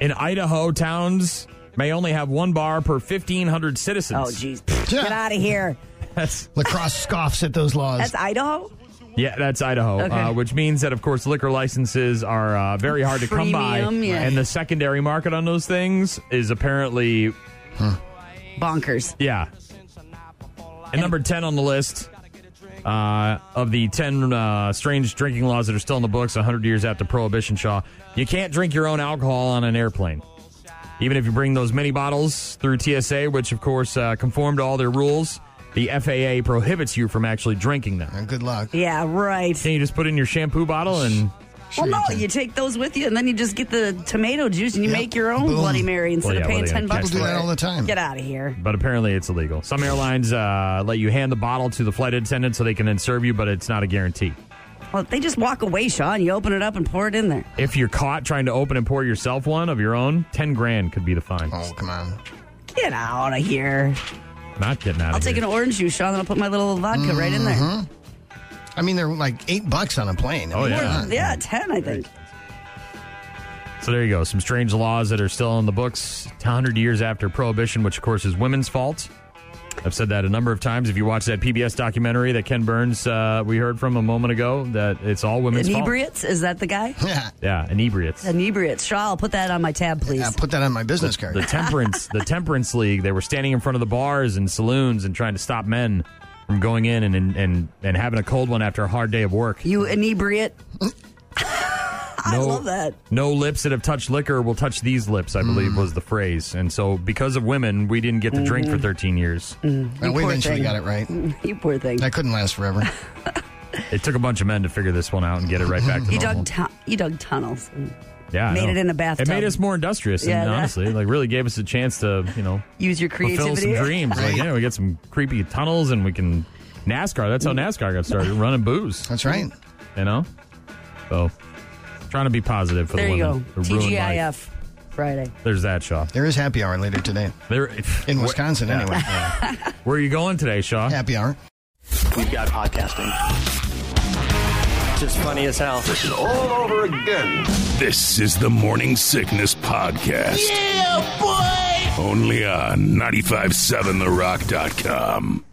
S6: In Idaho, towns may only have one bar per fifteen hundred citizens.
S5: Oh, jeez. Get out of here.
S6: That's,
S7: Lacrosse scoffs at those laws.
S5: That's Idaho?
S6: yeah, that's Idaho,
S5: Okay.
S6: uh, which means that, of course, liquor licenses are uh, very hard to come by,
S5: Freemium, yeah.
S6: and the secondary market on those things is apparently
S5: Bonkers.
S6: Yeah. And number 10 on the list uh, of the 10 uh, strange drinking laws that are still in the books 100 years after Prohibition, Shaw, you can't drink your own alcohol on an airplane. Even if you bring those mini bottles through TSA, which of course uh, conform to all their rules, the FAA prohibits you from actually drinking them.
S7: Uh, Good luck.
S5: Yeah, right.
S6: Can you just put in your shampoo bottle and
S5: Well, no,
S7: can.
S5: you take those with you, and then you just get the tomato juice, and you
S7: Yep.
S5: make your own
S7: Boom.
S5: Bloody Mary instead
S6: Well, yeah,
S5: of paying
S6: well, yeah,
S5: ten bucks.
S6: people
S7: do
S5: for
S7: that
S5: it.
S7: all the time.
S5: Get out of here.
S6: but apparently it's illegal. Some airlines uh, let you hand the bottle to the flight attendant so they can then serve you, but it's not a guarantee.
S5: Well, they just walk away, Sean. You open it up and pour it in there.
S6: If you're caught trying to open and pour yourself one of your own, ten grand could be the fine.
S7: Oh, come on.
S5: Get out of here.
S6: Not getting out.
S5: I'll
S6: of
S5: take
S6: here.
S5: an orange juice, Sean, and I'll put my little vodka right in
S7: Mm-hmm.
S5: there.
S7: I mean, they're like eight bucks on a plane. I
S6: Oh,
S7: mean,
S6: yeah.
S7: come on.
S5: Yeah, ten, I think.
S6: So there you go. Some strange laws that are still in the books, hundred years after prohibition, which of course is women's fault. I've said that a number of times. If you watch that PBS documentary that Ken Burns uh, we heard from a moment ago, that it's all women's fault.
S5: Inebriates, is that the guy?
S7: Yeah.
S6: Yeah, inebriates.
S5: Inebriates, Shaw. I'll put that on my tab, please.
S7: Yeah, put that on my business card.
S6: the temperance the temperance league they were standing in front of the bars and saloons and trying to stop men from going in and and and, and having a cold one after a hard day of work
S5: You inebriate. I
S6: No-
S5: love that. Mm.
S6: No lips that have touched liquor will touch these lips, I believe was the phrase. And so, because of women, we didn't get to drink
S5: Mm-hmm.
S6: for 13 years.
S7: Well, we
S5: poor
S7: eventually
S5: thing.
S7: got it right.
S5: You poor thing.
S7: That couldn't last forever.
S6: It took a bunch of men to figure this one out and get it right back to
S5: You
S6: normal.
S5: dug, tu- you dug tunnels.
S6: yeah, I
S5: made
S6: know.
S5: it in a bathtub.
S6: It made us more industrious,
S5: Yeah,
S6: and
S5: that-
S6: honestly, like really gave us a chance to, you know,
S5: Use your
S6: fulfill
S5: creativity.
S6: some dreams. Like,
S7: Right.
S6: yeah, we get some creepy tunnels, and we can NASCAR. That's
S5: Mm.
S6: how NASCAR got started, running booze.
S7: That's right.
S6: You know, so trying to be positive for
S5: There
S6: the
S5: you
S6: women.
S5: go.
S6: The ruined life.
S5: TGIF. Friday.
S6: There's that, Shaw.
S7: There is happy hour later today.
S6: There
S7: in Wisconsin,
S6: Yeah,
S7: anyway.
S6: Where are you going today, Shaw?
S7: Happy hour.
S2: We've got podcasting. Just funny as hell. This is all over again.
S4: This is the Morning Sickness Podcast.
S10: Yeah, boy!
S4: Only on 957therock.com.